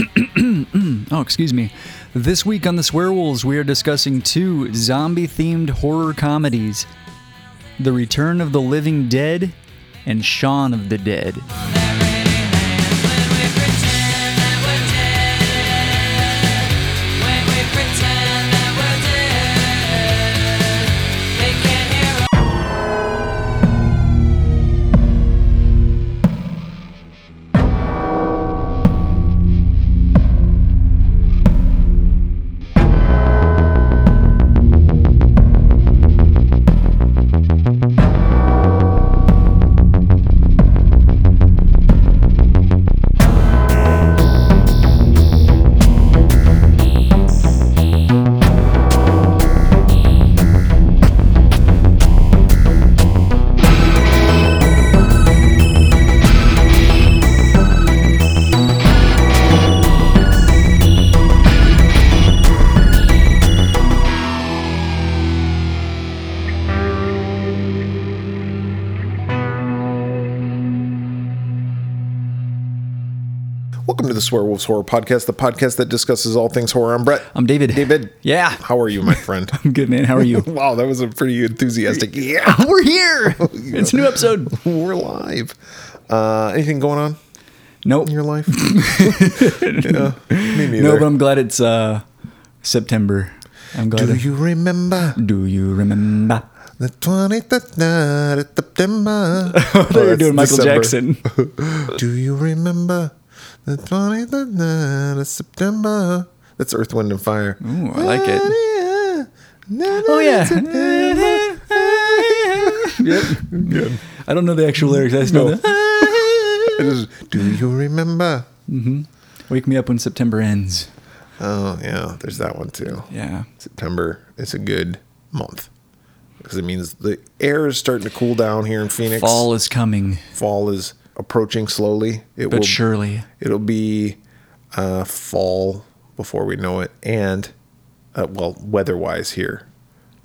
Oh, excuse me. This week on The Swearwolves, we are discussing two zombie themed horror comedies The Return of the Living Dead and Shaun of the Dead. Welcome to the Swearwolves Horror Podcast, the podcast that discusses all things horror. I'm Brett. I'm David. David. Yeah. How are you, my friend? Good man. How are you? wow, that was a pretty enthusiastic. Yeah, We're here. It's a new episode. we're live. Uh, anything going on Nope. in your life? yeah, me neither. No, but I'm glad it's uh, September. I'm glad. Do I- you Oh, remember Do you remember? the 23rd night at September? oh, I thought you were that's doing Michael December. Jackson. Do you remember the 23rd night of September? That's Earth, Wind, and Fire. Ooh, I like it. Oh, yep. Good. I don't know the actual lyrics. I just know No. that. It is, Do you remember? Wake me up when September ends. Oh, yeah, there's that one too. Yeah. September is a good month because it means the air is starting to cool down here in Phoenix. Fall is coming, Fall is approaching slowly. It but will, surely. It'll be uh, fall before we know it, and uh, well, weather-wise here,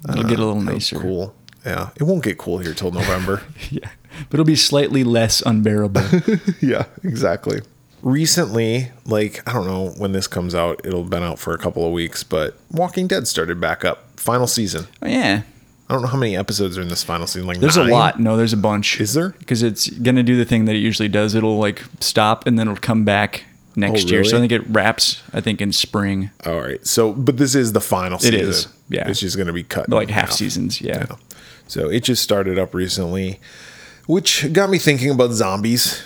It'll get a little it'll nicer. cool. Yeah, it won't get cool here till November. Yeah. But it'll be slightly less unbearable. yeah, exactly. Recently, like I don't know when this comes out, it'll been out for a couple of weeks, but Walking Dead started back up, final season. oh, yeah. I don't know how many episodes are in this final season. Like There's nine? a lot. No, there's a bunch. Is there? Because it's going to do the thing that it usually does. It'll like stop and then it'll come back next year. So I Oh, really? Oh, think it wraps, I think, in spring, All right. So, but this is the final season. is, yeah. It's just going to be cut in like half half. seasons. Yeah. Yeah. So it just started up recently, which got me thinking about zombies.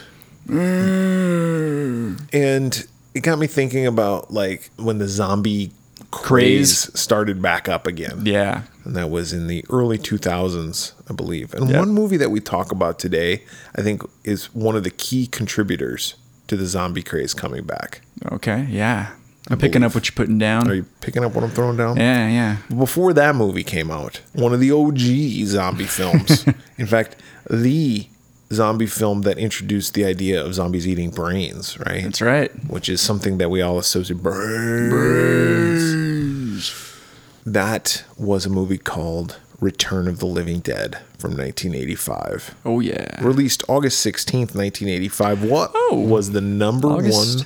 Mm. And it got me thinking about like when the zombie craze, started back up again. Yeah. And that was in the early 2000s, I believe. And one movie that we talk about today, I think, is one of the key contributors to the zombie craze coming back. Okay. Yeah. I'm picking up what you're putting down. Are you picking up what I'm throwing down? yeah. Yeah. before that movie came out, one of the OG zombie films. in fact, the zombie film that introduced the idea of zombies eating brains, right? That's right. Which is something that we all associate brains. That was a movie called Return of the Living Dead from 1985. Oh, yeah. Released August 16th, 1985. What Oh. was the number August one?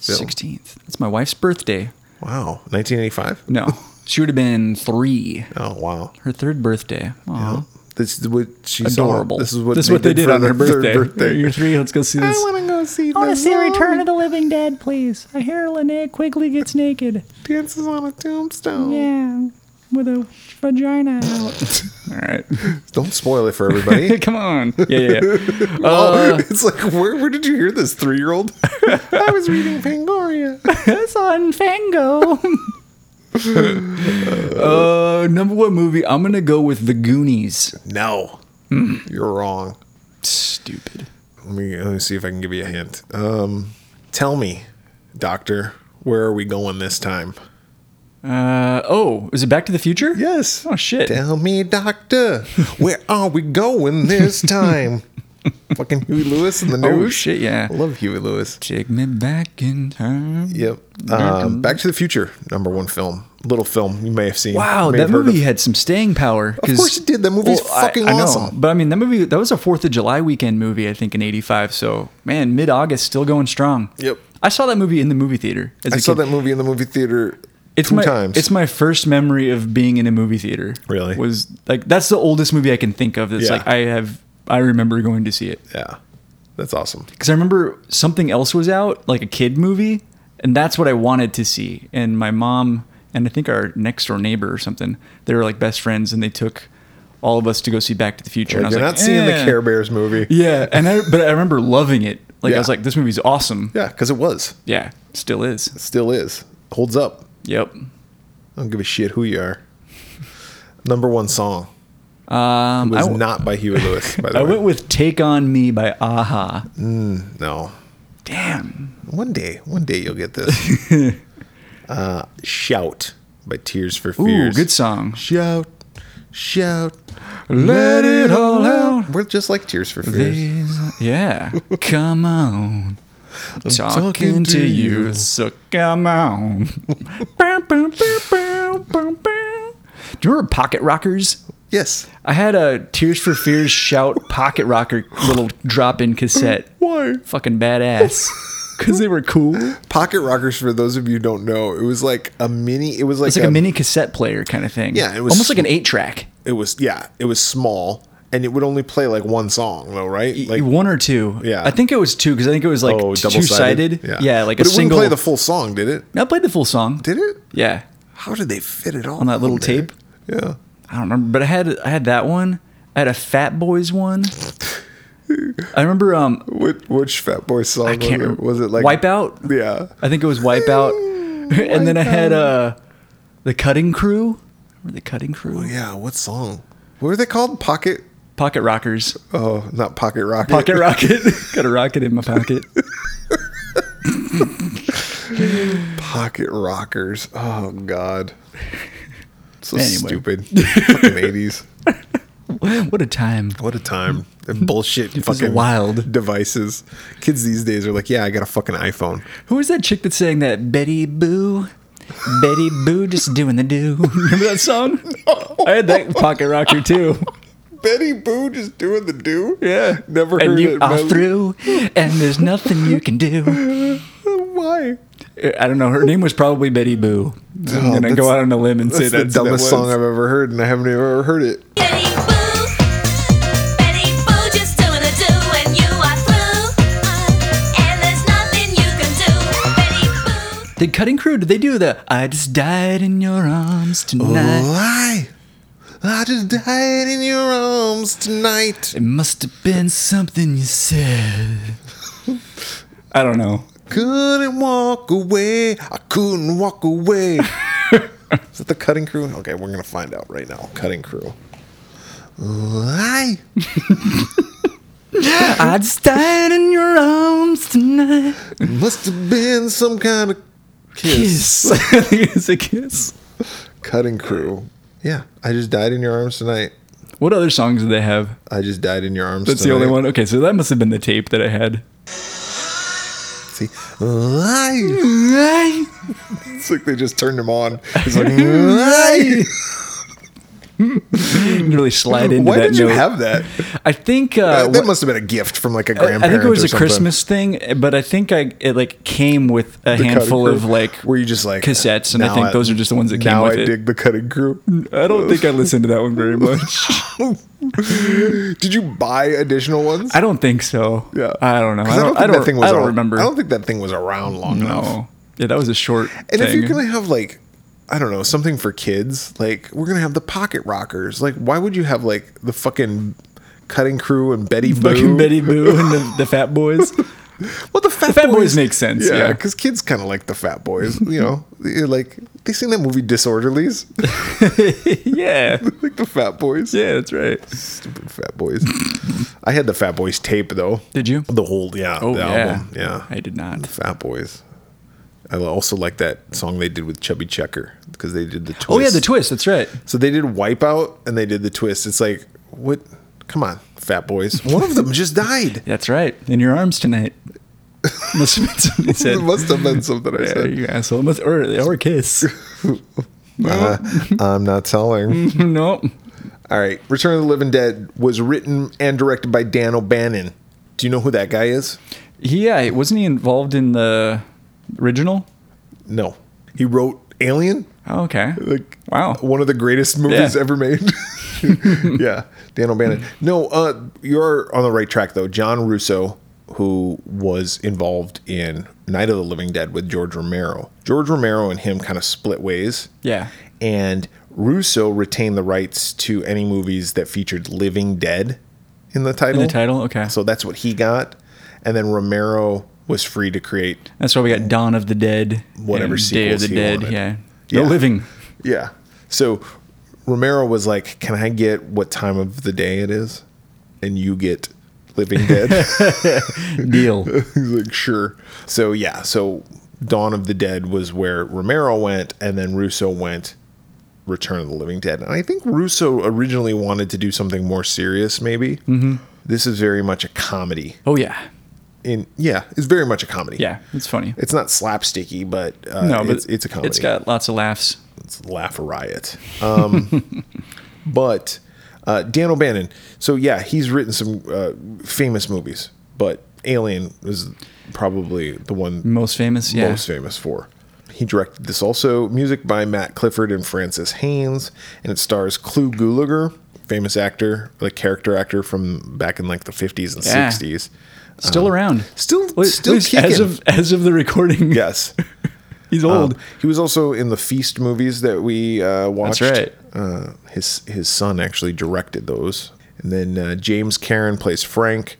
16th. That's my wife's birthday. Wow, 1985? No. she would have been three. Oh, wow. Her third birthday. Aw. This is what she saw. Adorable. This is what, they, did, for on her third birthday. You're three. Let's go see this. to go see. I want to see Return of the Living Dead, please. I hear Linnea Quigley gets naked. dances on a tombstone. Yeah, with a vagina out. All right, Don't spoil it for everybody. come on. Yeah, yeah. yeah. oh, it's like where, where did you hear this three-year-old? I was reading Pangoria. That's on Fango. uh, number one movie. I'm gonna go with The Goonies. No, Hmm. you're wrong. Stupid. Let me let me see if I can give you a hint. Um, tell me, Doctor, where are we going this time? Uh oh, is it Back to the Future? Yes. Oh shit. Tell me, Doctor, where are we going this time? Fucking Huey Lewis in the news. Oh shit. Yeah. I love Huey Lewis. Take me back in time. Yep. Um, Back to the Future, number one film, Little film you may have seen. Wow, You may that have heard movie of- had some staying power. Of 'cause- course it did. That movie's I- fucking I know, awesome. But I mean, that movie that was a Fourth of July weekend movie, I think, in '85. So man, mid-August, still going strong. Yep. I saw that movie in the movie theater. As I a saw kid. that movie in the movie theater It's two my times. it's my first memory of being in a movie theater. Really? was like that's the oldest movie I can think of. That's Yeah. like I have I remember going to see it yeah, that's awesome. because I remember something else was out, like a kid movie, and that's what I wanted to see. And my mom and I think our next door neighbor or something, they were like best friends, and they took all of us to go see Back to the Future. and I Like, was you're like, not seeing the "Eh." Care Bears movie. Yeah, and I, but I remember loving it. Like I Yeah. was like, this movie's awesome. Yeah, because it was, Yeah, still is. still is, holds up. Yep. I don't give a shit who you are. Number one song Um, I was w- not by Huey Lewis. By the I way, went with "Take on Me" by Aha. no. Damn. One day, one day you'll get this. uh, shout by Tears for Ooh, Fears. good song. Shout, shout, Let it all out. We're just like Tears for Fears. These- Yeah. Come on. Talking, to to you. you. So come on. Bow, bow, bow, bow, bow, bow. Do you remember Pocket Rockers? yes. I had a Tears for Fears shout Pocket Rocker little drop in cassette. Why? Fucking badass. Because they were cool. It's Pocket Rockers, for those of you who don't know, it was like a mini. It was like, like a mini cassette player kind of thing. Yeah, it was- almost like an eight track. It was yeah. It was small, and it would only play like one song though, right? Like one or two. Yeah. I think it was two because I think it was like oh, two sided. Yeah. like but a it single. Wouldn't play the full song, did it? I played the full song. Did it? Yeah. How did they fit it all On that little tape? Yeah. I don't remember, but I had I had that one. I had a Fat Boys one. I remember um Which, which Fat Boy song I can't was it? remember Was it like Wipeout? Yeah. I think it was Wipeout. and then I had uh The Cutting Crew. Remember the Cutting Crew? Oh, Yeah, what song? What were they called? Pocket? Pocket Rockers. Oh, not Pocket Rocket. Pocket rocket. Got a rocket in my pocket. Pocket Rockers. Oh God. So Anyway. stupid. Fucking eighties. what a time. What a time. And bullshit was fucking wild. devices. Kids these days are like, yeah, I got a fucking iPhone. Who was that chick that sang that Betty Boo? Betty Boo just doing the do. Remember that song? I had that pocket rocker too. Betty Boo just doing the do? Yeah. Never and heard you it. are man. through, and there's nothing you can do. Why? I don't know. Her name was probably Betty Boo. I'm gonna go Oh, that's- out on a limb and say That's the that's who that dumbest was. song I've ever heard, and I haven't even ever heard it. Betty Boo, Betty Boo, just doing the do when you are through, and there's nothing you can do. Betty Boo. Did Cutting Crew? Did they do the "I just died in your arms Oh. tonight"? Why? I just died in your arms tonight. It must have been something you said. I don't know. Couldn't walk away. I couldn't walk away. Is it the cutting crew? Okay, we're gonna find out right now. Cutting crew. Why? I just died in your arms tonight. Must have been some kind of kiss. Kiss. I think it's a kiss. Cutting crew. Yeah, I just died in your arms tonight. What other songs do they have? I just died in your arms. That's the tonight. only one. Okay, so that must have been the tape that I had. See, Why? It's like they just turned him on. It's like, why? really slide into Why that did you note. have that? I think uh, that must have been a gift from like a grandparent. I think it was or a something. Christmas thing, but I think I it like came with a The cutting handful crew. of like were you just like cassettes, and I now think those are just the ones that came now with I it. dig the cutting crew. I don't think I listened to that one very much. Did you buy additional ones? I don't think so. yeah, I don't know. I don't. think I don't, that thing was. I don't ar- remember. I don't think that thing was around long enough. no. Yeah, that was a short. And if thing. you're gonna have like, I don't know, something for kids, like we're gonna have the pocket rockers. Like, why would you have like the fucking cutting crew and Betty fucking Boo? Betty Boo and the, the Fat Boys. Well, the Fat, Fat Boys makes sense, yeah. because kids kind of like the Fat Boys. You know, They're like they seen that movie Disorderlies, yeah, like the Fat Boys. yeah, that's right. Stupid Fat Boys. I had the Fat Boys tape though. Did you? The whole yeah, Oh the yeah, album yeah. I did not. Fat Boys. I also like that song they did with Chubby Checker because they did the twist. Oh yeah, the twist. That's right. So they did Wipeout and they did the twist. It's like what? Come on, Fat Boys. One of them just died. That's right. In your arms tonight. Must have been something you said. It must have been something I Yeah, said. you asshole. Must, or, or a kiss. Uh, I'm not telling. nope. All right. Return of the Living Dead was written and directed by Dan O'Bannon. Do you know who that guy is? He, yeah, wasn't he involved in the original? No. He wrote Alien, Oh, okay. like Wow. one of the greatest movies Yeah. ever made. yeah, Dan O'Bannon. No, uh, you're on the right track though. John Russo, who was involved in Night of the Living Dead with George Romero, George Romero and him kind of split ways. Yeah. and Russo retained the rights to any movies that featured Living Dead in the title. the title? Okay. So that's what he got, and then Romero was free to create. That's why we got Dawn of the Dead, Whatever and Day of sequels the he Dead. wanted. Yeah. The Yeah. Living. Yeah. So Romero was like, "Can I get what time of the day it is?" And you get Living Dead. Deal. He's like, sure. So yeah, so Dawn of the Dead was where Romero went, and then Russo went Return of the Living Dead. And I think Russo originally wanted to do something more serious, maybe. Mm-hmm. This is very much a comedy. oh yeah. In yeah, it's very much a comedy. Yeah. It's funny. It's not slapsticky, but uh, no, but it's, it's a comedy It's got lots of laughs. it's laugh a riot. Um, but uh, Dan O'Bannon. So yeah, he's written some uh, famous movies, but Alien was probably the one Most famous. Yeah. most famous for. He directed this also. Music by Matt Clifford and Francis Haynes, and it stars Clu Gulager, famous actor, like character actor from back in like the fifties and Yeah. sixties. Still around. Still, Well, Uh-huh. still at least as kicking. of as of the recording. yes. He's old. Um, he was also in the Feast movies that we uh, watched. right. Uh, his his son actually directed those. And then uh, James Karen plays Frank.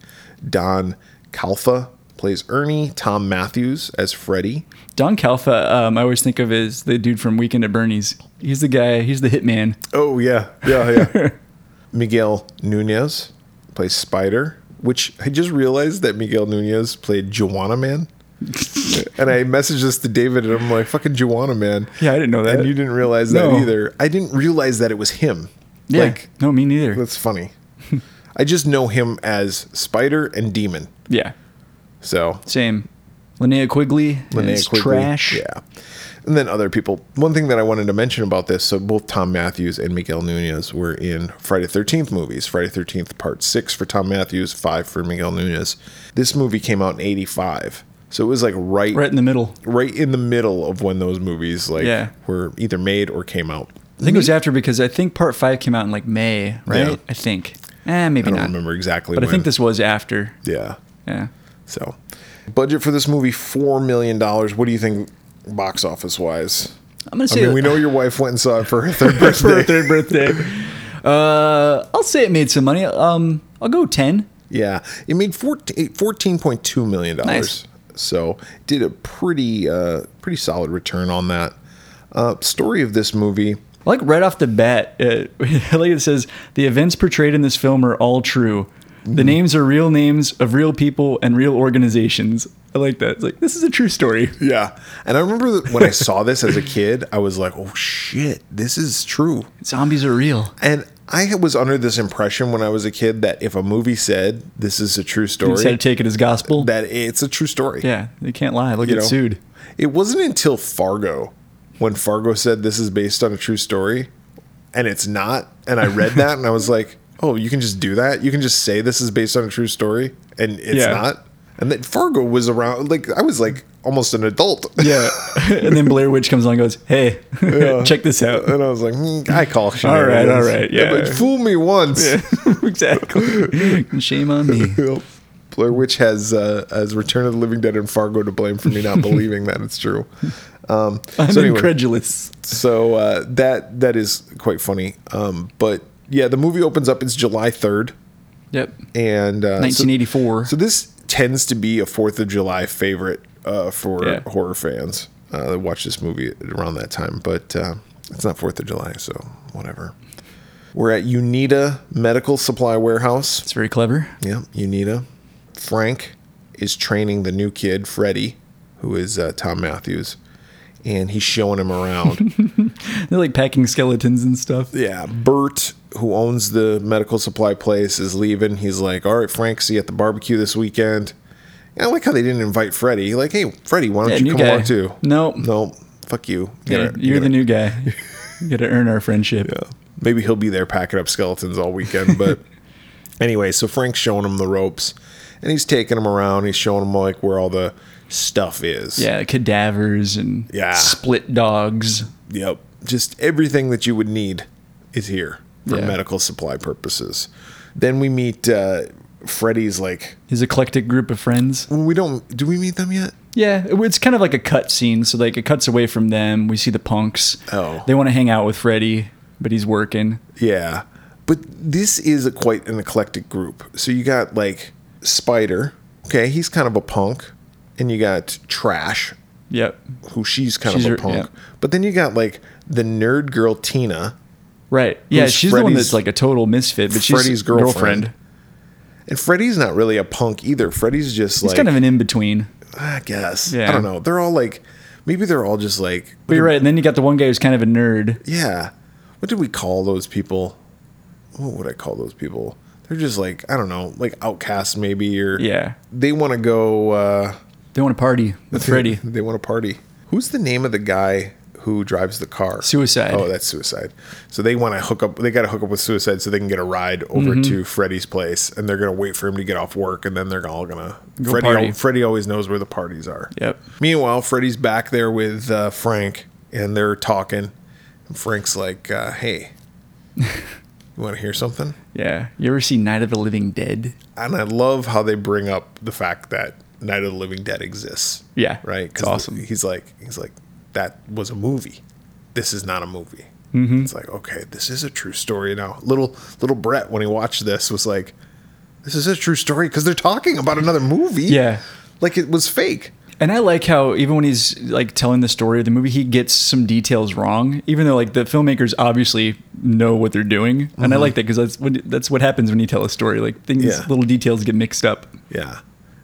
Don Calfa plays Ernie. Tom Matthews as Freddy. Don Calfa, um, I always think of as the dude from Weekend at Bernie's. He's the guy. He's the hitman. Oh yeah, yeah, yeah. Miguel Nunez plays Spider. Which I just realized that Miguel Nunez played Joanna Man. and I messaged this to David, and I'm like, "Fucking Joanna Man." Yeah, I didn't know that. And you didn't realize that No. either. I didn't realize that it was him. Yeah. Like, no, me neither. That's funny. I just know him as Spider and Demon. Yeah. So Same. Linnea Quigley. Linnea is Quigley, trash. Yeah. And then other people. One thing that I wanted to mention about this, so both Tom Matthews and Miguel Nunez were in Friday thirteenth movies. Friday thirteenth part six for Tom Matthews, five for Miguel Nunez. This movie came out in eighty five. So it was like right Right in the middle. right in the middle of when those movies like Yeah. were either made or came out. I think it was after because I think part five came out in like May, right? Yeah. I think. Eh, maybe I don't not. remember exactly But I when. think this was after. Yeah. Yeah. So, budget for this movie four million dollars. What do you think, box office wise? I'm gonna I say mean, we know your wife went and saw it for her third birthday. for her third birthday. Uh, I'll say it made some money. Um, I'll go ten. Yeah, it made 14, 14.2 million Nice. dollars. So did a pretty uh, pretty solid return on that. Uh, story of this movie. Like right off the bat, uh, like it says, the events portrayed in this film are all true. Mm-hmm. The names are real names of real people and real organizations. I like that. It's like this is a true story. Yeah, and I remember that when I saw this as a kid, I was like, "Oh shit, this is true." Zombies are real. And I was under this impression when I was a kid that if a movie said this is a true story, Instead of take it as gospel. that it's a true story. yeah, they can't lie. They'll you get know? sued. It wasn't until Fargo when Fargo said this is based on a true story and it's not. And I read that and I was like, oh, you can just do that? You can just say this is based on a true story and it's Yeah. not? And then Fargo was around, like, I was like almost an adult. Yeah, and then Blair Witch comes on and goes, "Hey, check this out." And I was like, hmm, I call shit. All right, all right, yeah. but fool me once. exactly. Shame on me. Blair Witch has uh, has Return of the Living Dead and Fargo to blame for me not believing that it's true. Um, I'm so anyway. incredulous. so uh, that that is quite funny. Um, but yeah, the movie opens up. It's July third, Yep. and uh, so- 1984. So, this tends to be a Fourth of July favorite uh, for Yeah. horror fans uh, that watch this movie around that time. But uh, it's not Fourth of July, so whatever. We're at Unita Medical Supply Warehouse. It's very clever. Yeah, Unita. Frank is training the new kid, Freddie, who is uh, Tom Matthews, and he's showing him around. They're like packing skeletons and stuff. Yeah, Bert, who owns the medical supply place, is leaving. He's like, "All right, Frank, see you at the barbecue this weekend." And I like how they didn't invite Freddie. Like, hey, Freddie, why don't Yeah, you new come guy. along too? Nope. no, fuck you. Yeah, Get a- you're get the a- new guy. We gotta earn our friendship. Maybe he'll be there packing up skeletons all weekend. But anyway, so Frank's showing him the ropes and he's taking him around. He's showing him like where all the stuff is. Yeah, cadavers and Yeah. split dogs. Yep. Just everything that you would need is here for Yeah. medical supply purposes. Then we meet uh, Freddy's like, His eclectic group of friends. we don't, do we meet them yet? Yeah, it- it's kind of like a cut scene. So like it cuts away from them. We see the punks. Oh. they want to hang out with Freddy, but he's working. Yeah. But this is a quite an eclectic group. So you got like Spider. Okay. He's kind of a punk. And you got Trash, Yep. who she's kind She's of a her- punk. yeah. But then you got like the nerd girl Tina. Right. Yeah, Who's she's the one Freddy's- that's like a total misfit, but she's Freddy's girlfriend. And Freddy's not really a punk either. Freddy's just He's like, kind of an in between. I guess. I Yeah. don't know. They're all like, maybe they're all just like, But you're right. And then you got the one guy who's kind of a nerd. yeah. What did we call those people? What would I call those people? They're just like, I don't know, like outcasts maybe, or Yeah. they want to go. uh They want to party with Freddy. They want to party. Who's the name of the guy who drives the car? Suicide. Oh, that's suicide. So they want to hook up. They got to hook up with suicide so they can get a ride over Mm-hmm. to Freddy's place, and they're gonna wait for him to get off work, and then they're all gonna. Go Freddy, party. Freddy always knows where the parties are. Yep. Meanwhile, Freddy's back there with uh, Frank, and they're talking. And Frank's like, uh, "Hey, you want to hear something?" Yeah. You ever see Night of the Living Dead? And I love how they bring up the fact that Night of the Living Dead exists. Yeah. right? It's awesome. He's like, he's like, that was a movie. This is not a movie. Mm-hmm. It's like, okay, this is a true story now. Little little Brett when he watched this was like, this is a true story because they're talking about another movie. Yeah. like it was fake. And I like how even when he's like telling the story of the movie, he gets some details wrong, even though like the filmmakers obviously know what they're doing. And I like that because that's what that's what happens when you tell a story. Like things, Yeah. little details get mixed up. Yeah.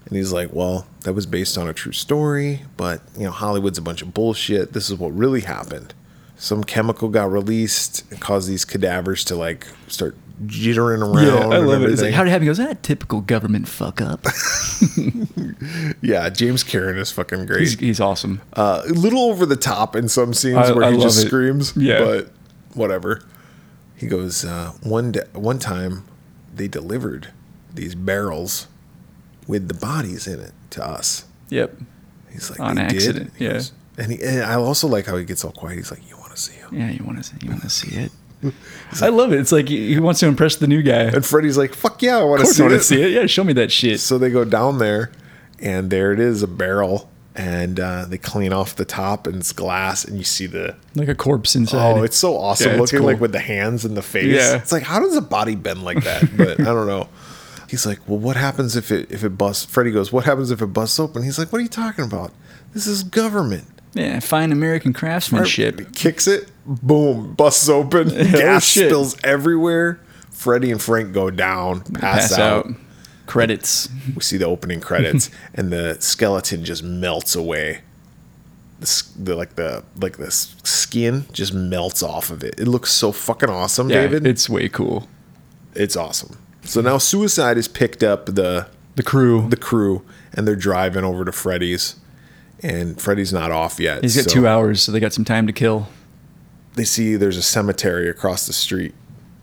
And he's like, well, that was based on a true story, but you know, Hollywood's a bunch of bullshit. This is what really happened. Some chemical got released and caused these cadavers to like start jittering around. I and love it. It's everything. like how did it happen? He goes, ah, typical government fuck up. yeah, James Karen is fucking great. he's, he's awesome. uh, a little over the top in some scenes I- where I he just love it. screams. Yeah. But whatever. He goes, uh, one, da- one time they delivered these barrels with the bodies in it to us. Yep. He's like, On "They accident, He yeah. goes- and, he, and I also like how he gets all quiet. He's like, you want to see him? Yeah, you want to you want to see it. I love it. It's like he he wants to impress the new guy. Of And Freddy's like, fuck yeah, I want to course, see, you want it. to see it. Yeah, show me that shit. So they go down there, and there it is, a barrel. And uh, they clean off the top, and it's glass, and you see the Like a corpse inside. Oh, it's so Yeah, awesome it's looking cool. like with the hands and the face. Yeah. It's like how does a body bend like that? But I don't know. He's like, "Well, what happens if it if it busts?" Freddy goes, "What happens if it busts open?" He's like, "What are you talking about? This is government." yeah, fine American craftsmanship. Kicks it, boom, busts open, gas Oh, shit. spills everywhere. Freddy and Frank go down, pass, Pass out. out. Credits. We see the opening credits, and the skeleton just melts away. The, s- the like the like the s- skin just melts off of it. It looks so fucking awesome, Yeah, David. it's way cool. It's awesome. So now Suicide has picked up the The crew. the crew and they're driving over to Freddy's. And Freddy's not off yet. He's got so two hours, so they got some time to kill. They see there's a cemetery across the street.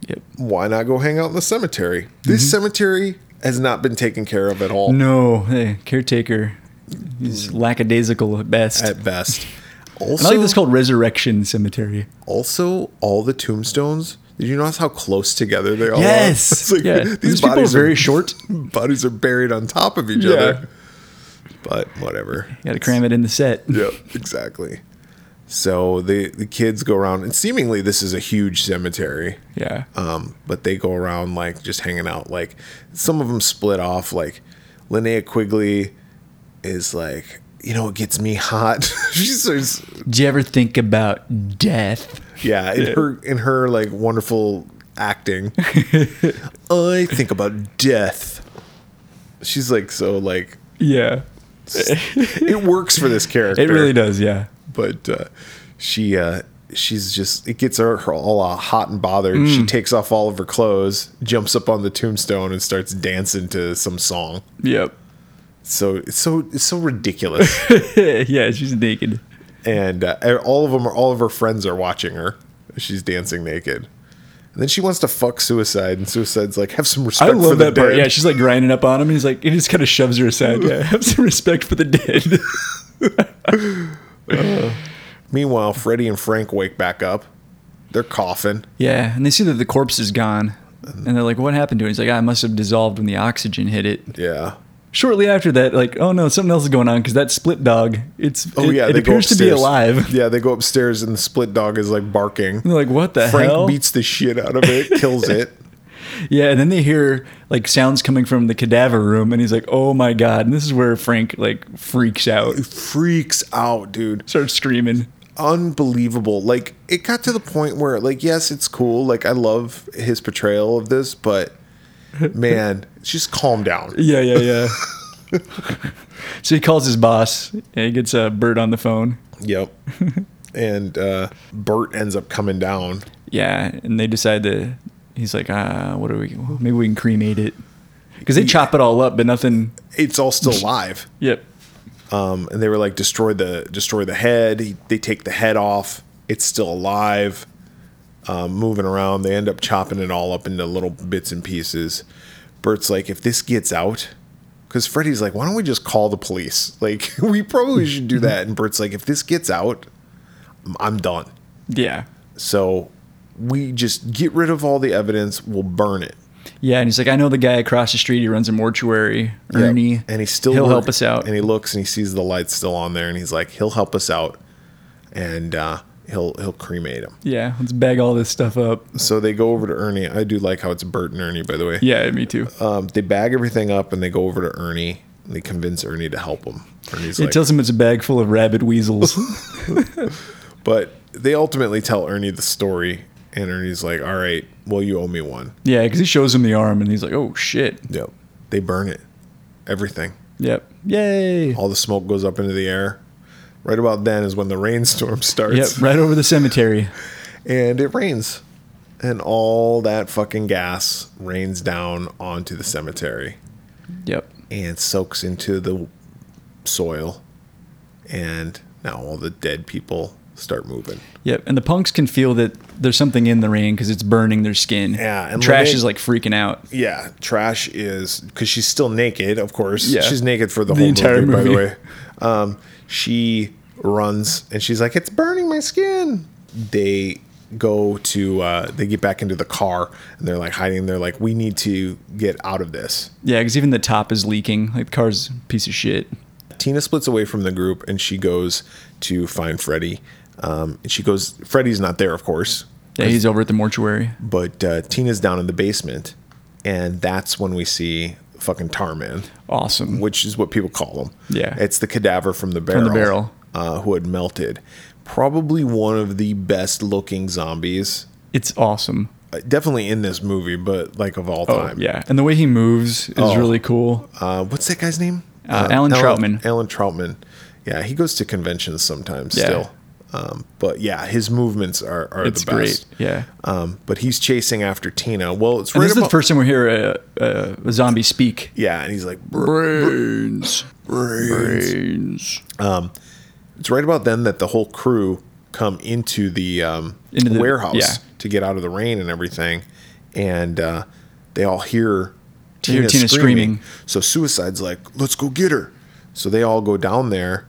Yep. Why not go hang out in the cemetery? This cemetery has not been taken care of at all, Mm-hmm. No, hey, caretaker. Mm. He's lackadaisical at best. at best. I like Also, this called Resurrection Cemetery. also, all the tombstones. Did you notice how close together they all Yes. are? Oh. It's like, yeah. These, These people are bodies very short. bodies are buried on top of each Yeah. other. But whatever. Got to cram it in the set. Yep, exactly. So the the kids go around, and seemingly this is a huge cemetery. Yeah. Um, but they go around like just hanging out. Like some of them split off. Like Linnea Quigley is like, you know, it gets me hot. She's so- Did you ever think about death? yeah, in her in her like wonderful acting. I think about death. She's like so like Yeah. it works for this character. It really does, yeah. but uh, she uh, she's just it gets her, her all uh, hot and bothered. Mm. She takes off all of her clothes, jumps up on the tombstone, and starts dancing to some song. Yep. So it's so it's so ridiculous, er, yeah, she's naked. and uh, all of them are all of her friends are watching her. She's dancing naked. And then she wants to fuck Suicide, and Suicide's like, have some I respect for love the that part. dead. Yeah, she's like grinding up on him, and he's like, he just kind of shoves her aside. Yeah, have some respect for the dead. Meanwhile, Freddy and Frank wake back up. They're coughing. yeah, and they see that the corpse is gone, and they're like, "What happened to it?" He's like, "I must have dissolved when the oxygen hit it." Yeah. Shortly after that, like, "Oh no, something else is going on because that split dog, it's Oh it, yeah. it they go appears to be upstairs. alive." And Yeah, they go upstairs and the split dog is like barking. they're like, "What the Frank hell?" beats the shit out of it, kills it. Yeah, and then they hear like sounds coming from the cadaver room, and he's like, "Oh my god!" And this is where Frank like freaks out, Freaks out, dude. starts screaming. unbelievable. Like it got to the point where like yes, it's cool. Like I love his portrayal of this, but man, just calm down. Yeah, yeah, yeah. so he calls his boss, and he gets uh, Bert on the phone. Yep. And uh Bert ends up coming down. Yeah, and they decide to. He's like, uh, what are we? well, Maybe we can cremate it because they chop it all up, but nothing. It's all still live. Yep. Um and they were like destroy the destroy the head. He, they take the head off. It's still alive. Um, moving around, they end up chopping it all up into little bits and pieces. Bert's like, if this gets out, because Freddy's like, why don't we just call the police? Like, we probably should do that. And Bert's like, if this gets out, I'm- I'm done. Yeah. So we just get rid of all the evidence, we'll burn it. Yeah, and he's like, I know the guy across the street. He runs a mortuary, Ernie, And he's still he'll look- help us out. And he looks and he sees the lights still on there, and he's like, he'll help us out, and uh, he'll he'll cremate him. yeah, let's bag all this stuff up. So they go over to Ernie. I do like how it's Bert and Ernie, by the way. Yeah, me too. Um, they bag everything up and they go over to Ernie. And they convince Ernie to help him. Ernie's He like, tells him it's a bag full of rabid weasels. but they ultimately tell Ernie the story, and Ernie's like, "All right, well, you owe me one." yeah, because he shows him the arm, and he's like, oh shit. Yep. They burn it, everything. Yep. Yay. All the smoke goes up into the air. Right about then is when the rainstorm Yep, starts, right over the cemetery. and it rains, and all that fucking gas rains down onto the cemetery. Yep. and soaks into the soil. And now all the dead people start moving. Yep. And the punks can feel that there's something in the rain because it's burning their skin. Yeah, and Trash Lene- is like freaking out. Yeah, trash is because she's still naked, of course. Yeah. She's naked for the, The whole entire movie, by the movie. way. Um, she runs and she's like, It's burning my skin. They go to uh, they get back into the car and they're like hiding they're like we need to get out of this Yeah, because even the top is leaking. Like the car's a piece of shit. Tina splits away from the group and she goes to find Freddy um, and she goes Freddy's not there of course Yeah, he's over at the mortuary. but uh, Tina's down in the basement, and that's when we see fucking Tar Man, Awesome. which is what people call him. Yeah. it's the cadaver from the barrel, the barrel. Uh, who had melted. Probably one of the best looking zombies, It's awesome. uh, definitely in this movie, but like of all Oh, time. yeah. And the way he moves is Oh. really cool. Uh, what's that guy's name? Uh, Alan Troutman. Alan Troutman. Yeah, he goes to conventions sometimes Yeah. still. Um, but yeah, his movements are, are It's the best. great. Yeah. Um, but he's chasing after Tina. Well, it's And right this is the about- first time we hear a, a, uh, a zombie speak. Yeah, and he's like, Brains. brains. Brains. It's right about then that the whole crew come into the, um, Into the- warehouse yeah. to get out of the rain and everything, and uh, they all hear They hear Tina, Tina screaming. screaming. So Suicide's like, "Let's go get her." So they all go down there,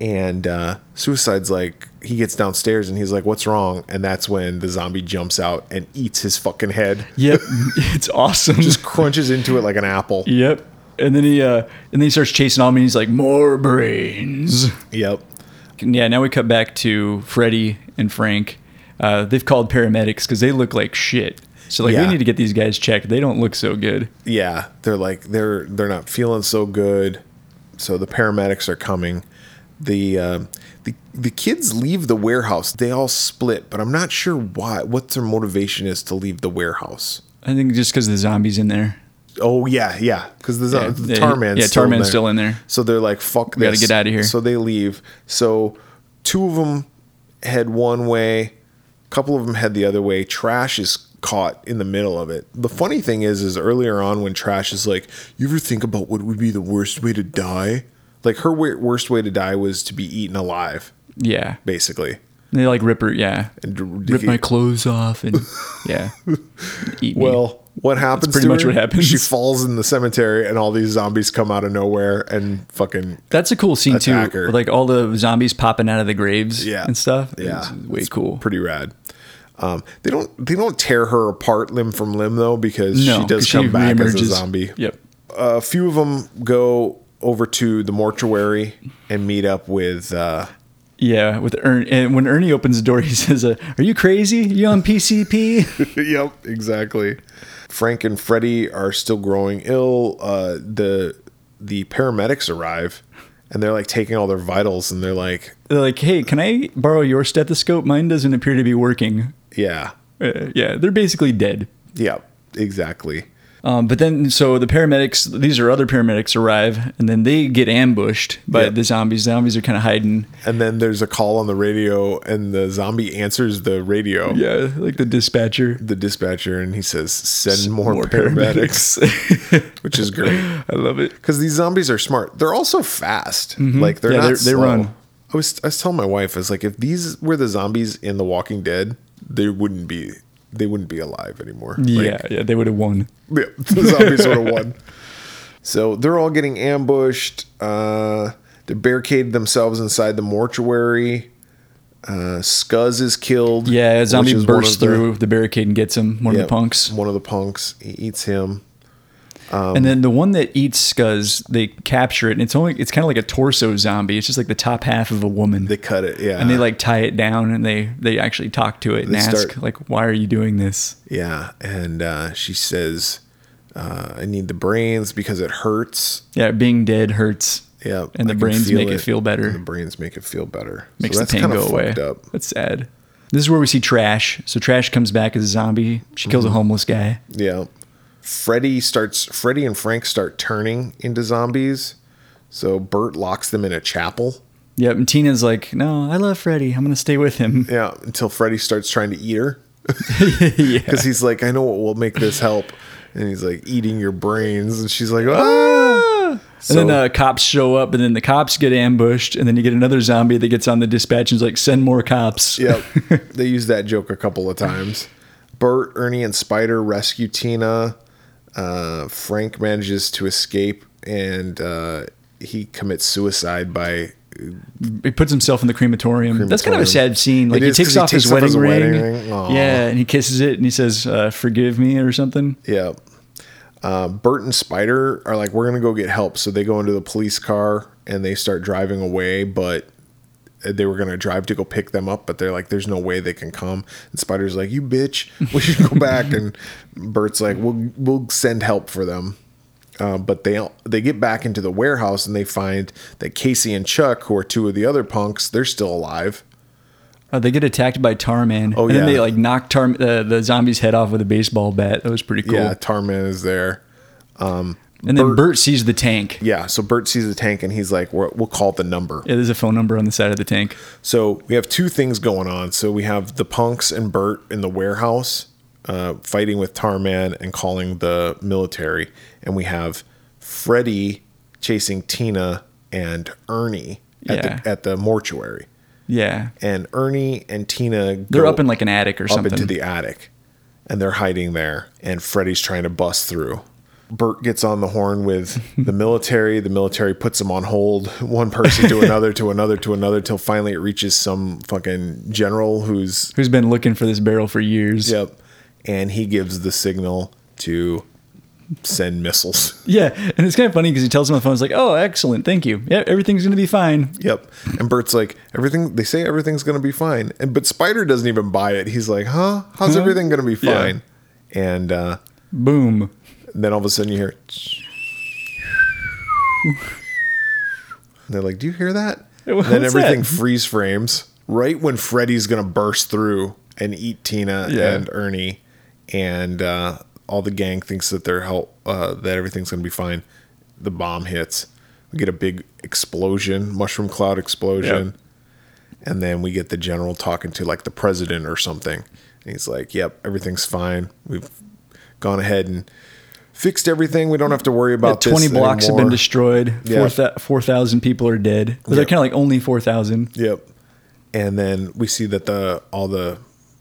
and uh, Suicide's like, he gets downstairs and he's like, "What's wrong?" And that's when the zombie jumps out and eats his fucking head, Yep. it's awesome. just crunches into it like an apple. Yep. And then he uh and then he starts chasing all me and he's like, More brains. Yep. Yeah, now we cut back to Freddy and Frank. Uh, they've called paramedics because they look like shit. So like Yeah. we need to get these guys checked. They don't look so good. yeah, they're like they're they're not feeling so good. So the paramedics are coming. The uh, the the kids leave the warehouse. They all split, but I'm not sure why. What their motivation is to leave the warehouse. I think just because the zombies in there. Oh yeah, yeah, because the, Yeah, the yeah, tar man's yeah, still tar in man's there. still in there. So they're like, "Fuck gotta this, get outta here. So they leave. So two of them head one way, a couple of them head the other way. Trash is caught in the middle of it. The funny thing is, is earlier on when Trash is like, "You ever think about what would be the worst way to die?" Like her wa- worst way to die was to be eaten alive, Yeah. basically. And they like rip her, yeah, And d- rip my clothes off, and yeah, eat me. Well, what happens? pretty to much her? what happens. She falls in the cemetery, and all these zombies come out of nowhere and fucking That's a cool scene too. attack her. with, Like all the zombies popping out of the graves yeah and stuff. Yeah, It's way It's cool. Pretty rad. Um, they don't they don't tear her apart limb from limb though because no, she does 'cause come back as a reemerges. zombie. Yep. A few of them go over to the mortuary and meet up with. Uh, Yeah, with Ernie. And when Ernie opens the door, he says, uh, Are you crazy? You on PCP? yep, exactly. Frank and Freddy are still growing ill. Uh, the the paramedics arrive and they're like taking all their vitals and they're like, They're like, Hey, can I borrow your stethoscope? Mine doesn't appear to be working. yeah, Uh, yeah, they're basically dead. yeah, exactly. Um, but then, so the paramedics, these are other paramedics, arrive, and then they get ambushed by Yep. the zombies. Zombies are kind of hiding. And then there's a call on the radio and the zombie answers the radio. Yeah, like the dispatcher. the dispatcher and he says, "Send more, paramedics,", which is great I love it. because these zombies are smart. They're also fast. Like they're Mm-hmm. Yeah, not they're- they slow. run. I was I was telling my wife, I was like, if these were the zombies in The Walking Dead, they wouldn't be they wouldn't be alive anymore. Like, Yeah, yeah, they would have won. yeah, the zombies would have won. So they're all getting ambushed. Uh, they barricade themselves inside the mortuary. Uh, Scuzz is killed. Yeah, a zombie which is one bursts of the- through the, barricade and gets him, one yeah, of the punks. One of the punks. He eats him. Um, and then the one that eats Scuzz, they capture it, and it's only it's kind of like a torso zombie. It's just like the top half of a woman, They cut it. Yeah. and they like tie it down, and they they actually talk to it and Uh, They ask start- like, "Why are you doing this?" Yeah. And uh, she says, uh, I need the brains because it hurts. Yeah, being dead hurts. Yeah. and the I can brains feel make it, feel better. And the brains make it feel better. So Makes the pain kinda go away. fucked Up. That's sad. This is where we see Trash. So Trash comes back as a zombie. She kills a Mm-hmm. homeless guy. Yeah. Freddy starts, Freddy and Frank start turning into zombies. So Bert locks them in a chapel. Yep, and Tina's like, "No, I love Freddy. I'm gonna stay with him." Yeah. Until Freddy starts trying to eat her. yeah. Because he's like, I know what will make this help. And he's like, eating your brains. And she's like, ah. and So- then uh, cops show up, and then the cops get ambushed, and then you get another zombie that gets on the dispatch and is like, "Send more cops." Yep. they used that joke a couple of times. Bert, Ernie, and Spider rescue Tina. Uh, Frank manages to escape and uh, he commits suicide by. he puts himself in the crematorium. That's kind of a Crematorium. sad scene. Like It he is, takes 'cause he off takes his off wedding his ring. wedding ring. Aw. Yeah, and he kisses it and he says, uh, "Forgive me" or something. Yeah. Uh, Bert and Spider are like, we're going to go get help. So they go into the police car and they start driving away, but they were going to drive to go pick them up, but they're like, there's no way they can come. And Spider's like, you bitch, we should go back. and Bert's like, we'll, we'll send help for them. Uh, but they they get back into the warehouse and they find that Casey and Chuck, who are two of the other punks, they're still alive. Uh, they get attacked by Tarman. Oh, and then yeah. they like knock Tar- uh, the zombie's head off with a baseball bat. That was pretty cool. Yeah, Tarman is there. and then Bert sees the tank. Yeah. Yeah, so Bert sees the tank and he's like, we're, we'll call the number. there's a phone number on the side of the tank. So we have two things going on. So we have the punks and Bert in the warehouse uh, fighting with Tarman and calling the military, and we have Freddy chasing Tina and Ernie at, Yeah. the, at the mortuary. Yeah, And Ernie and Tina go they're up in like an attic or up something. into the attic, and they're hiding there. And Freddy's trying to bust through. Bert gets on the horn with the military. The military puts him on hold, one person to another, to another, to another, till finally it reaches some fucking general who's Who's been looking for this barrel for years? yep, and he gives the signal to send missiles. Yeah, and it's kind of funny because he tells him on the phone, "It's like, oh, excellent, thank you. Yeah, everything's gonna be fine." Yep, and Bert's like, everything. They say everything's gonna be fine, and but Spider doesn't even buy it. He's like, huh? How's everything gonna be Yeah. fine? And uh, Boom. And then all of a sudden you hear. And they're like, "Do you hear that?" And What's then everything that? freeze frames right when Freddy's gonna burst through and eat Tina Yeah. and Ernie, and uh, all the gang thinks that they're help uh, that everything's gonna be fine. The bomb hits. We get a big explosion, mushroom cloud explosion and then we get the general talking to like the president or something and he's like yep everything's fine we've gone ahead and fixed everything we don't have to worry Yeah, about this 20 blocks have been anymore." destroyed. Yeah. 4,000 people are dead. But They're Yep. kind of like only 4,000. yep and then we see that the all the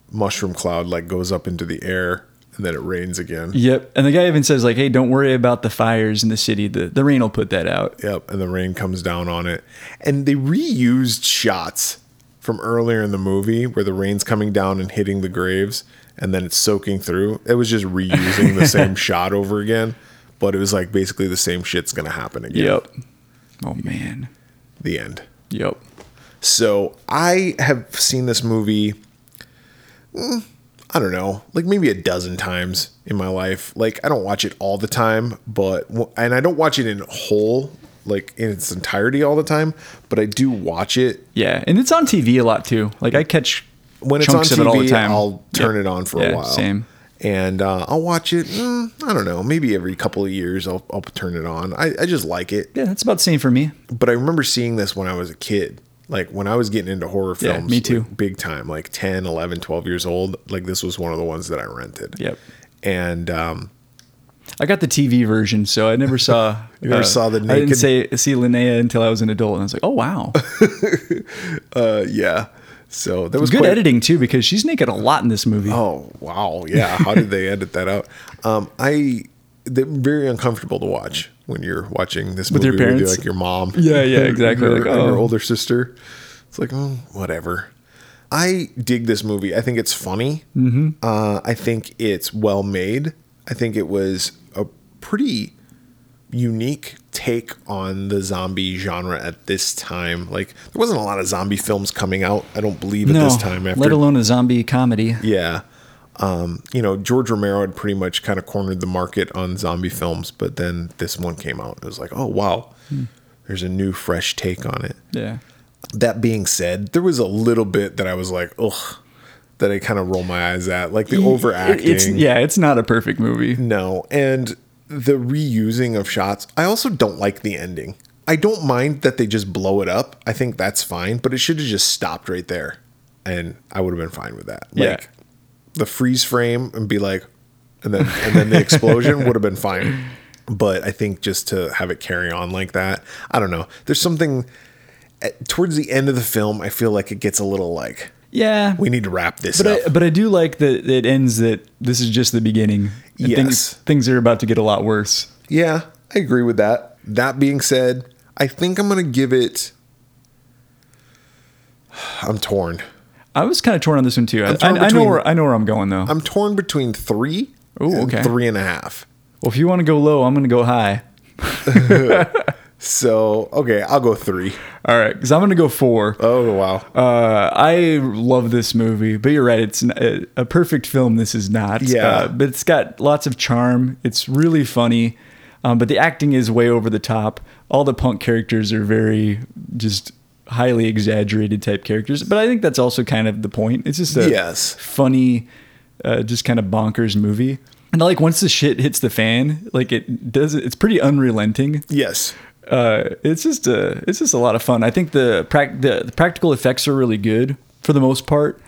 mushroom cloud like goes up into the air and then it rains again. Yep. And the guy even says like, "Hey, don't worry about the fires in the city. The the rain will put that out." Yep, and the rain comes down on it. And they reused shots from earlier in the movie where the rain's coming down and hitting the graves and then it's soaking through. It was just reusing the same shot over again, but it was like basically the same shit's going to happen again. Yep. Oh man. The end. Yep. So I have seen this movie, mm, I don't know, like maybe a dozen times in my life. Like I don't watch it all the time, but and I don't watch it in whole, like in its entirety all the time. But I do watch it Yeah, and it's on TV a lot too. Like I catch when it's chunks on TV. of it all the time. I'll turn Yep. it on for Yeah, a while. Same. And uh, I'll watch it. mm, I don't know, maybe every couple of years I'll, I'll turn it on. I, I just like it. Yeah, that's about the same for me. but I remember seeing this when I was a kid. Like when I was getting into horror Yeah, films, me too. like, big time, like 10, 11, 12 years old. Like this was one of the ones that I rented. Yep. And um, I got the TV version, so I never saw. you never saw the I didn't naked- say, see Linnea until I was an adult, and I was like, "Oh wow, uh, yeah, so that was good quite- editing too," because she's naked a lot in this movie. Oh wow, yeah. How did they edit that out? Um, I they're very uncomfortable to watch when you're watching this With movie your you, parents? like your mom. Yeah, yeah, and exactly, Your, like, and your oh. older sister. It's like oh, whatever. I dig this movie. I think it's funny. Mm-hmm. Uh, I think it's well made. I think it was a pretty unique take on the zombie genre at this time. Like there wasn't a lot of zombie films coming out. I don't believe at no, this time. After let alone a zombie comedy. yeah. Um, you know, George Romero had pretty much kind of cornered the market on zombie films, but then this one came out. It was like, oh, wow, there's a new, fresh take on it. Yeah, That being said, there was a little bit that I was like, ugh, that I kind of roll my eyes at, like the overacting. It's, yeah, it's not a perfect movie. No. And the reusing of shots. I also don't like the ending. I don't mind that they just blow it up. I think that's fine, but it should have just stopped right there. And I would have been fine with that. Yeah. Like the freeze frame and be like and then and then the explosion would have been fine. But I think just to have it carry on like that, I don't know. There's something at, towards the end of the film, I feel like it gets a little like Yeah, we need to wrap this but up. I, but I do like that it ends that this is just the beginning. And Yes. things things are about to get a lot worse. Yeah, I agree with that. That being said, I think I'm going to give it. I'm torn. I was kind of torn on this one too. I, I, torn I know between- where I know where I'm going though. I'm torn between three Ooh, and okay. three and a half. well, if you want to go low, I'm going to go high. So, okay, I'll go three. All right, because I'm going to go four. Oh, wow. Uh, I love this movie, but you're right. It's n- uh, a, a perfect film. This is not. Yeah. Uh, but it's got lots of charm. It's really funny. Um, but the acting is way over the top. All the punk characters are very just highly exaggerated type characters. But I think that's also kind of the point. It's just a Yes. funny, uh, just kind of bonkers movie. And I like once the shit hits the fan, like it does. It's pretty unrelenting yes. uh, it's just a it's just a lot of fun. I think the prac the, the practical effects are really good for the most part.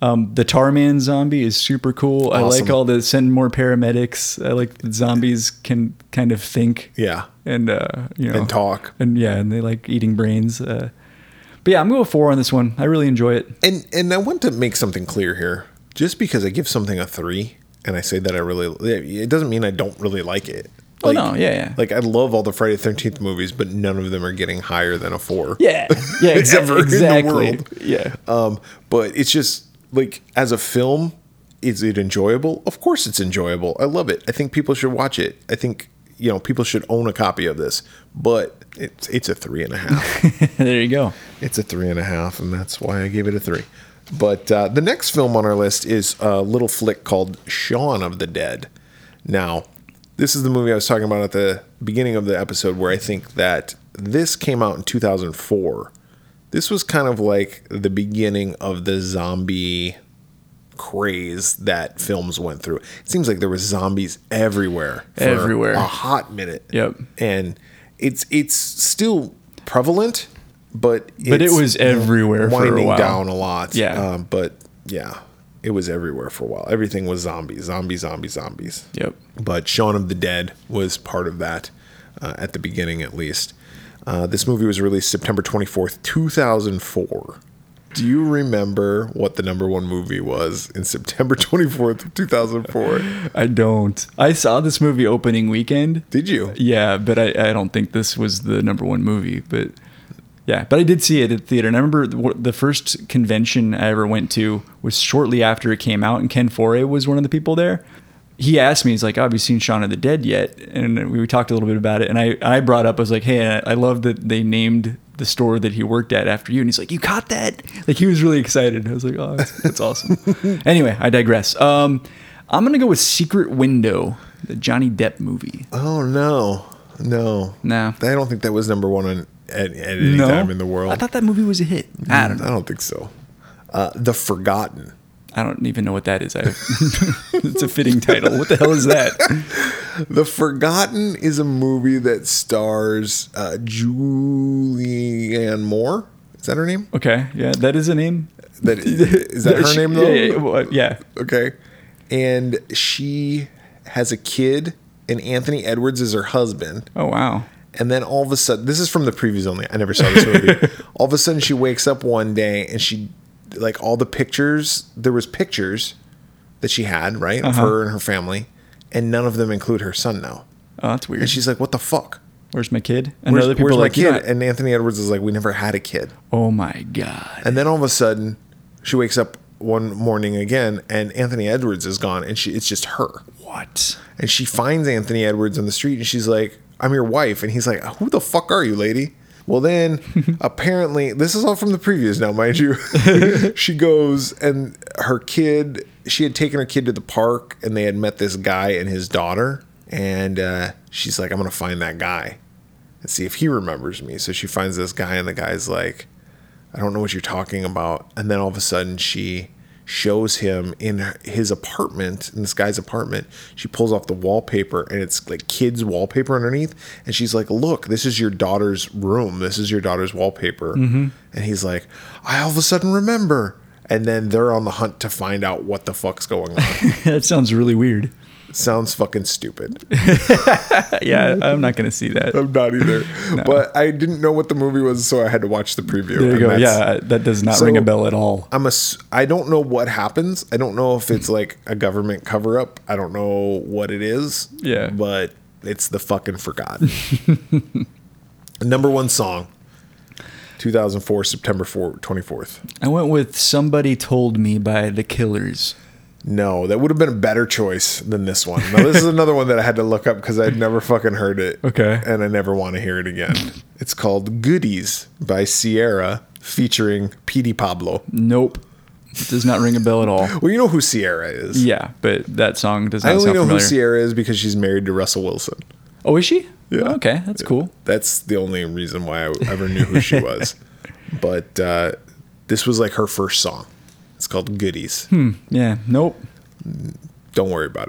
Um, the Tarman zombie is super cool. I like Awesome. all the send more paramedics. I like that zombies can kind of think Yeah. and uh, you know And talk. and yeah and they like eating brains. Uh, but yeah, I'm going four on this one. I really enjoy it. And and I want to make something clear here. Just because I give something a three and I say that I really, it doesn't mean I don't really like it. Oh, Like, no, yeah, yeah. Like I love all the Friday Thirteenth movies, but none of them are getting higher than a four. Yeah, yeah, exa- Ever in the exactly. world. Yeah, Um, but it's just like as a film, is it enjoyable? Of course, it's enjoyable. I love it. I think people should watch it. I think you know people should own a copy of this. But it's it's a three and a half. there you go. it's a three and a half, and that's why I gave it a three. But uh, the next film on our list is a little flick called Shaun of the Dead. Now, this is the movie I was talking about at the beginning of the episode, where I think that this came out in 2004 this was kind of like the beginning of the zombie craze that films went through. It seems like there were zombies everywhere, for Everywhere. a hot minute. Yep. and it's it's still prevalent, but it's But it was everywhere for a winding while. down a lot. Yeah. um, but yeah, it was everywhere for a while. Everything was zombies, zombies, zombies, zombies Yep. but Shaun of the Dead was part of that uh, at the beginning, at least. Uh, this movie was released September 24th, 2004. Do you remember what the number one movie was in September 24th, 2004? I don't. I saw this movie opening weekend. Did you? Yeah, but I, I don't think this was the number one movie. But yeah, but I did see it at theater. And I remember the, the first convention I ever went to was shortly after it came out, and Ken Foray was one of the people there. He asked me, he's like, oh, "Have you seen Shaun of the Dead yet?" And we talked a little bit about it. And I, I brought up, I was like, "Hey, I, I love that they named the store that he worked at after you." And he's like, "You caught that?" Like he was really excited. I was like, "Oh, that's, that's awesome." anyway, I digress. Um, I'm gonna go with Secret Window, the Johnny Depp movie. Oh, no. No. No. I don't think that was number one on, at, at any time in the world. I thought that movie was a hit. I don't know. think so. Uh, the Forgotten. I don't even know what that is. I, it's a fitting title. What the hell is that? The Forgotten is a movie that stars uh, Julianne Moore. Is that her name? Okay, yeah, that is a name. That is that her She- name though? Yeah, yeah, well, yeah. Okay. And she has a kid, and Anthony Edwards is her husband. Oh wow. And then all of a sudden, this is from the previews only. I never saw this movie. all of a sudden, she wakes up one day and she, like, all the pictures. There was pictures that she had, right, Uh-huh. of her and her family, and none of them include her son now. Oh, that's weird. And she's like, "What the fuck? where's my kid? And Where's, other people where's are my like, kid?" "Yeah." And Anthony Edwards is like, "We never had a kid." oh my god. And then all of a sudden, she wakes up one morning again, and Anthony Edwards is gone, and she it's just her. What? And she finds Anthony Edwards on the street, and she's like, "I'm your wife," and he's like, "Who the fuck are you, lady?" Well, then apparently, this is all from the previews now, mind you. she goes, and her kid, she had taken her kid to the park, and they had met this guy and his daughter, and uh, she's like, "I'm gonna find that guy." and see if he remembers me. So she finds this guy, and the guy's like, I don't know what you're talking about. And then all of a sudden, she shows him in her- his apartment, in this guy's apartment. She pulls off the wallpaper, and it's like kids' wallpaper underneath. And she's like, Look, this is your daughter's room. This is your daughter's wallpaper. Mm-hmm. And he's like, I all of a sudden remember. And then they're on the hunt to find out what the fuck's going on. that sounds really weird. Uh, Sounds fucking stupid. Yeah, I'm not gonna see that. I'm not either. But I didn't know what the movie was, so I had to watch the preview. There you and go. that's- Yeah, uh, that does not So- ring a bell at all. I'm a. I don't know what happens. I don't know if it's Hmm. like a government cover up. I don't know what it is. Yeah. But it's the fucking forgotten. Number one song. 2004 September 4, 24th. I went with "Somebody Told Me" by the Killers. No, that would have been a better choice than this one. Now this is another one that I had to look up because I'd never fucking heard it. Okay. And I never want to hear it again. It's called Goodies by Sierra featuring Petey Pablo. Nope, it does not ring a bell at all. Well, you know who Sierra is. Yeah, but that song does not I only sound know familiar. who Sierra is because she's married to Russell Wilson. oh, is she? Yeah. Okay, that's cool. That's the only reason why I ever knew who she was. But uh, this was like her first song. It's called Goodies. Hmm. Yeah. Nope. Don't worry about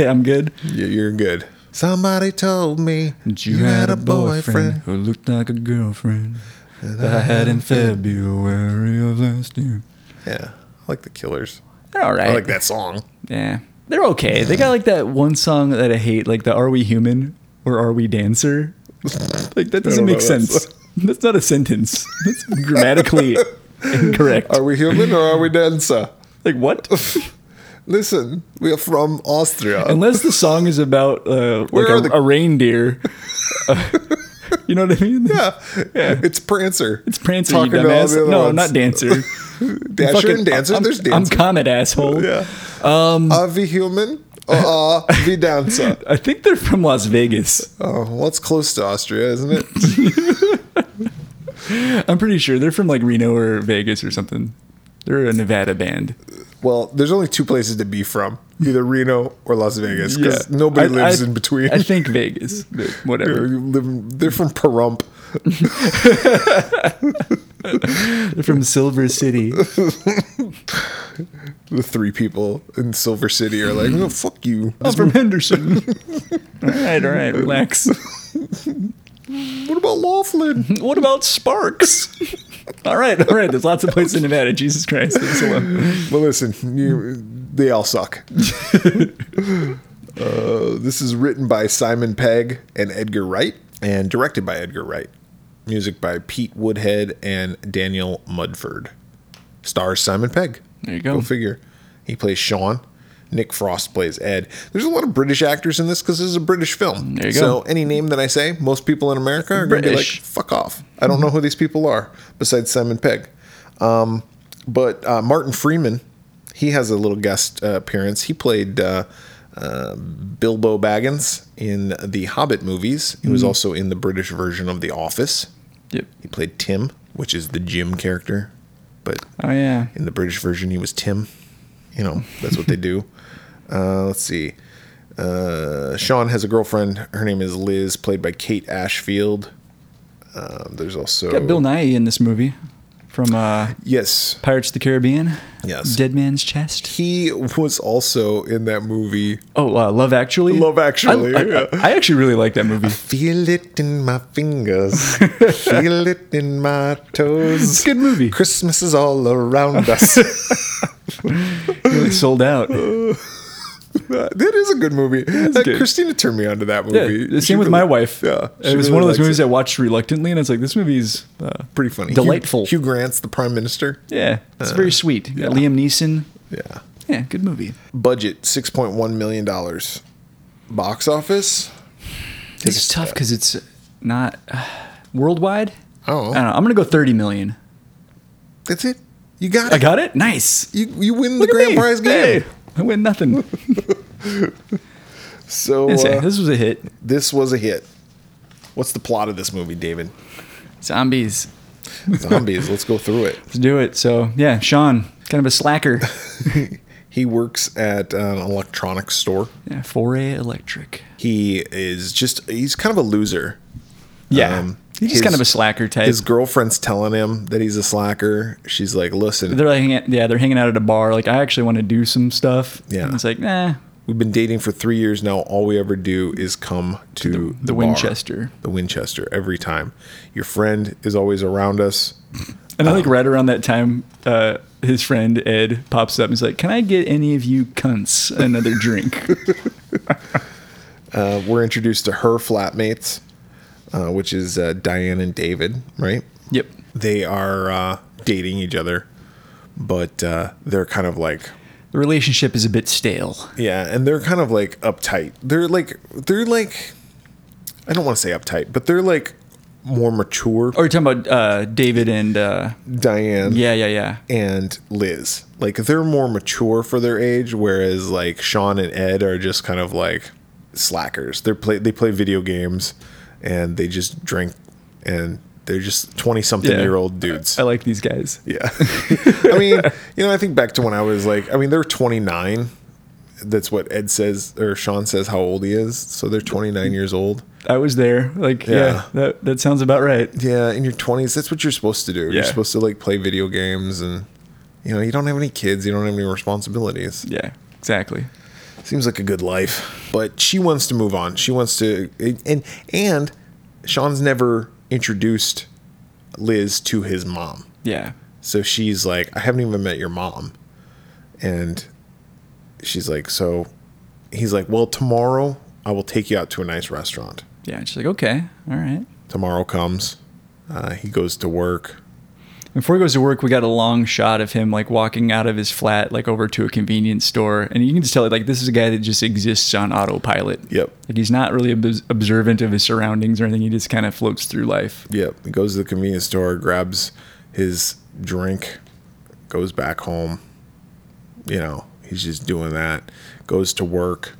I'm good. You- You're good. Somebody told me You had a boyfriend who looked like a girlfriend that I had in February of last year. Yeah, I like the Killers. They're all right. I like that song. Yeah. They're okay. They got like that one song that I hate, like the Are We Human or Are We Dancer? Like that doesn't don't make know that sense. That's not a sentence. That's grammatically incorrect. Are we human or are we dancer? Like what? Listen, we are from Austria. Unless the song is about uh, like Where are a, the- a reindeer. Uh, you know what I mean? yeah. it's Prancer. It's Prancer, you Talking to all dumbass. the other No, ones. not Dancer. Dasher Fucking- and Dancer. I'm, There's I'm Dancer. Comet, asshole. yeah. Um, are we human or are we dancer? I think they're from Las Vegas. Oh, well, it's close to Austria, isn't it? I'm pretty sure they're from like Reno or Vegas or something. They're a Nevada band. Well, there's only two places to be from either Reno or Las Vegas because Yeah. nobody I- lives I- in between. I think Vegas, but whatever. You live in- they're from Pahrump. They're from Silver City. The three people in Silver City are Mm-hmm. like, no, fuck you. I'm from Henderson. all right, all right, relax. What about Laughlin? What about Sparks? all right, all right. There's lots of places in Nevada. Jesus Christ, leave us alone. well, listen, you, they all suck. uh, this is written by Simon Pegg and Edgar Wright and directed by Edgar Wright. Music by Pete Woodhead and Daniel Mudford. Stars Simon Pegg. There you go. Go figure. He plays Sean. Nick Frost plays Ed. There's a lot of British actors in this because this is a British film. There you go. So any name that I say, most people in America are going to be like, British. fuck off. I don't know who these people are besides Simon Pegg. Um, but uh, Martin Freeman, he has a little guest uh, appearance. He played uh, uh, Bilbo Baggins in the Hobbit movies. He was also in the British version of The Office. Yep. He played Tim, which is the Jim character, but Oh yeah. in the British version, he was Tim. You know, that's what they do. Uh, let's see. Uh, Sean has a girlfriend. Her name is Liz, played by Kate Ashfield. Um, there's also Got Bill Nye in this movie from uh, Yes, Pirates of the Caribbean. Yes. Dead Man's Chest. he was also in that movie. Oh, uh, Love Actually. Love Actually, I, I- yeah. I actually really like that movie. Feel it in my fingers. Feel it in my toes. It's a good movie. Christmas is all around us. Really sold out. that is a good movie. Uh, good. Christina turned me onto that Yeah, movie. the She same with really- my wife. Yeah, it she was really one of those likes movies it. I watched reluctantly, and it's like this movie's uh, pretty funny. Uh, Delightful. Hugh, Hugh Grant's the prime minister. yeah, it's very sweet. You got Liam Neeson. Yeah. Yeah, good movie. Budget six point one million dollars. Box office. This is tough because it's not uh, worldwide. Oh. I don't know. I'm gonna go 30 million. That's it. You got it. I got it. Nice. you you win Look the at grand me. prize game. Hey, I win nothing. So That's it. uh, this was a hit. this was a hit. What's the plot of this movie, David? Zombies. Zombies. let's go through it. Let's do it. So yeah, Sean, kind of a slacker. He works at an electronics store. yeah, Foray Electric. He is just he's kind of a loser. Yeah, Um, he's his- just kind of a slacker type. His girlfriend's telling him that he's a slacker. She's like, "Listen, they're like, hanging- yeah, they're hanging out at a bar. Like, I actually want to do some stuff. Yeah. and it's like, nah, We've been dating for three years now. All we ever do is come to the, the, bar. Winchester. The Winchester every time. Your friend is always around us. And Oh. I think right around that time, uh, his friend Ed pops up and is like, "Can I get any of you cunts another drink?" Uh, we're introduced to her flatmates, uh, which is uh, Diane and David, right? yep. They are uh, dating each other, but uh, they're kind of like, The relationship is a bit stale. yeah, and they're kind of like uptight. They're like, they're like, I don't want to say uptight, but they're like more mature. Or you're talking about uh, David and uh, Diane. yeah, yeah, yeah. and Liz. Like they're more mature for their age, whereas like Sean and Ed are just kind of like slackers. They play they play video games and they just drink and they're just twenty something Yeah. year old dudes. I like these guys. yeah. I mean, you know, I think back to when I was like I mean, they're twenty nine. That's what Ed says or Sean says how old he is. So they're twenty nine years old. I was there. Like, yeah, Yeah. that that sounds about right. Yeah, in your twenties, that's what you're supposed to do. You're Yeah. supposed to like play video games and you know, you don't have any kids, you don't have any responsibilities. Yeah, exactly. Seems like a good life. But she wants to move on. She wants to and and Sean's never introduced Liz to his mom. Yeah. So she's like, I haven't even met your mom. And she's like, so he's like, well, tomorrow I will take you out to a nice restaurant. Yeah, and she's like, okay, all right. Tomorrow comes. Uh, he goes to work. Before he goes to work, we got a long shot of him like walking out of his flat, like over to a convenience store, and you can just tell like this is a guy that just exists on autopilot. Yep. Like he's not really ob- observant of his surroundings or anything. He just kind of floats through life. Yep. He goes to the convenience store, grabs his drink, goes back home. You know, he's just doing that. Goes to work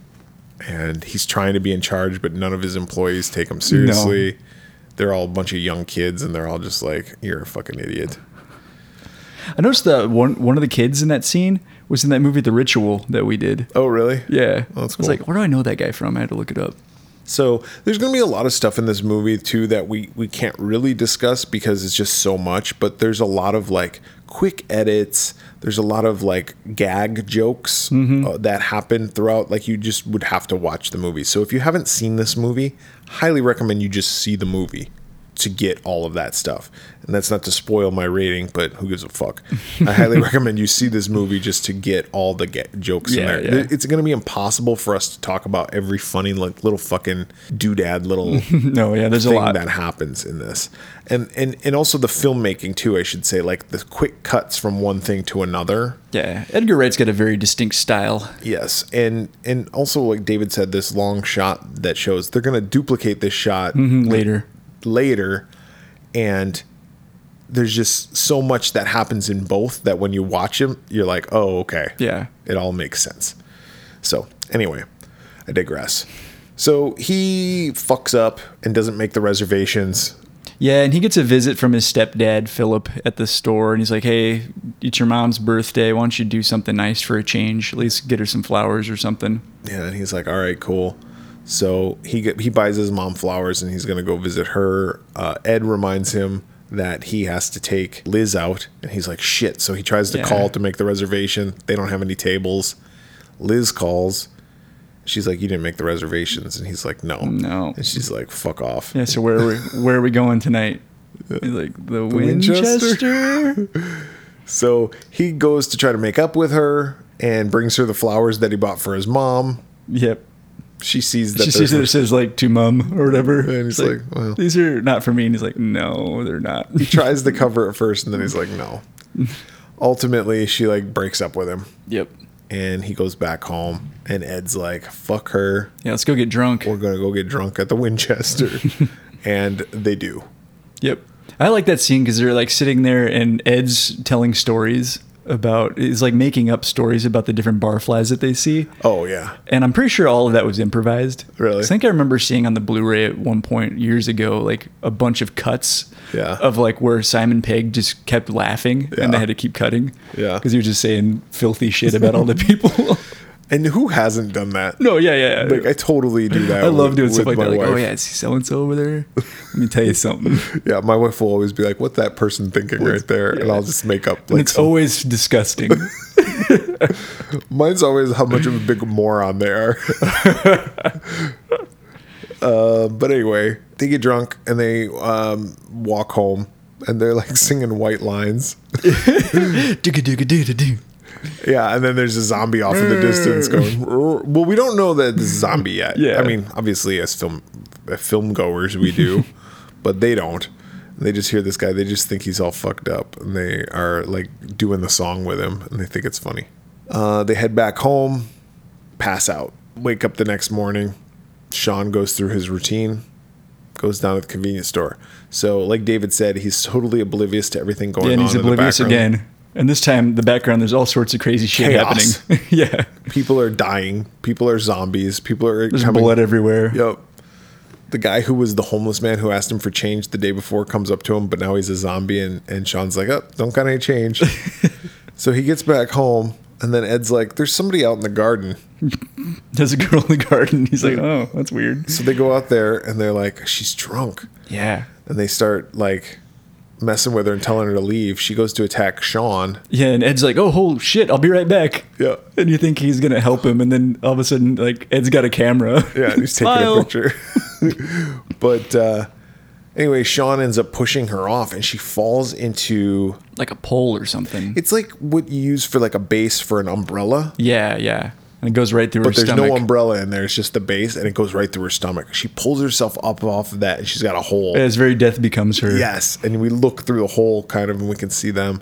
and he's trying to be in charge, but none of his employees take him seriously. They're all a bunch of young kids and they're all just like, you're a fucking idiot. I noticed that one one of the kids in that scene was in that movie The Ritual that we did. Oh, really? Yeah, Well, that's I was cool. like, where do I know that guy from? I had to look it up. So there's going to be a lot of stuff in this movie too that we we can't really discuss because it's just so much. But there's a lot of like quick edits. There's a lot of like gag jokes uh, Mm-hmm. that happen throughout. Like you just would have to watch the movie. So if you haven't seen this movie, highly recommend you just see the movie. to get all of that stuff. And that's not to spoil my rating, but who gives a fuck? I highly recommend you see this movie just to get all the get jokes in Yeah, there. yeah. It's going to be impossible for us to talk about every funny like little fucking doodad little No, yeah, there's a thing lot. that happens in this, and and and also the filmmaking too. I should say, like the quick cuts from one thing to another. yeah, Edgar Wright's got a very distinct style. Yes, and and also like David said, this long shot that shows they're gonna duplicate this shot Later, later, and there's just so much that happens in both that when you watch them, you're like, oh okay, yeah, it all makes sense. So, anyway, I digress. So he fucks up and doesn't make the reservations. yeah, and he gets a visit from his stepdad Philip at the store, and he's like, "Hey, it's your mom's birthday. Why don't you do something nice for a change? At least get her some flowers or something." Yeah, and he's like, "All right, cool." So he get- he buys his mom flowers, and he's gonna go visit her. Uh, Ed reminds him that he has to take Liz out, and he's like, "Shit!" So he tries to Yeah. call to make the reservation. They don't have any tables. Liz calls. She's like, "You didn't make the reservations," and he's like, "No, No. And she's like, "Fuck off." Yeah, so where are we where are we going tonight? He's like the, Winchester. So he goes to try to make up with her and brings her the flowers that he bought for his mom. Yep. She sees that she there's sees it it says like to mum or whatever. And he's It's like, well. these are not for me. And he's like, no, they're not. he tries to cover it first and then he's like no ultimately she like breaks up with him Yep. and he goes back home and ed's like fuck her Yeah, let's go get drunk. we're gonna go get drunk at the winchester and they do Yep. I like that scene because they're like sitting there and Ed's telling stories about is like making up stories about the different barflies that they see. oh yeah And I'm pretty sure all of that was improvised. Really? 'Cause I think I remember seeing on the Blu-ray at one point years ago, like a bunch of cuts Yeah. of like where Simon Pegg just kept laughing Yeah. and they had to keep cutting. Yeah. Because he was just saying filthy shit about all the people. and who hasn't done that no, yeah, yeah. like i totally do that I love with- doing stuff with like that. my Like, oh wife. yeah, I see so and so over there. Let me tell you something. yeah my wife will always be like what's that person thinking right there and yeah. i'll just make up And like it's always disgusting. Mine's always how much of a big moron they are. uh, but anyway, they get drunk and they um, walk home and they're like singing white lines. Digga-digga-digga-doo. Yeah, and then there's a zombie off in the distance going. "Rrr." Well, we don't know that this is a zombie yet. Mm. Yeah. I mean, obviously, as film as film goers, we do, but they don't. They just hear this guy. They just think he's all fucked up, and they are like doing the song with him, and they think it's funny. Uh, they head back home, pass out, wake up the next morning. Sean goes through his routine, goes down to the convenience store. So, like David said, he's totally oblivious to everything going and on. he's in the oblivious background. again. And this time, the background, there's all sorts of crazy shit Chaos. happening. yeah, People are dying. People are zombies. People are there's coming- blood everywhere. Yep. The guy who was the homeless man who asked him for change the day before comes up to him, but now he's a zombie, and, and Sean's like, oh, don't got any change. so he gets back home, and then Ed's like, there's somebody out in the garden. There's a girl in the garden. He's like, oh, that's weird. So they go out there, and they're like, she's drunk. Yeah, And they start like messing with her and telling her to leave. She goes to attack Sean. yeah. And Ed's like, oh, holy shit, I'll be right back. Yeah. And you think he's gonna help him, and then all of a sudden, like Ed's got a camera. Yeah, he's taking a Smile. picture. but uh, anyway, Sean ends up pushing her off, and she falls into like a pole or something. It's like what you use for like a base for an umbrella. yeah, yeah. And it goes right through But her there's stomach. no umbrella in there. It's just the base, and it goes right through her stomach. She pulls herself up off of that, and she's got a hole. It's very death becomes her. Yes, and we look through the hole, kind of, and we can see them.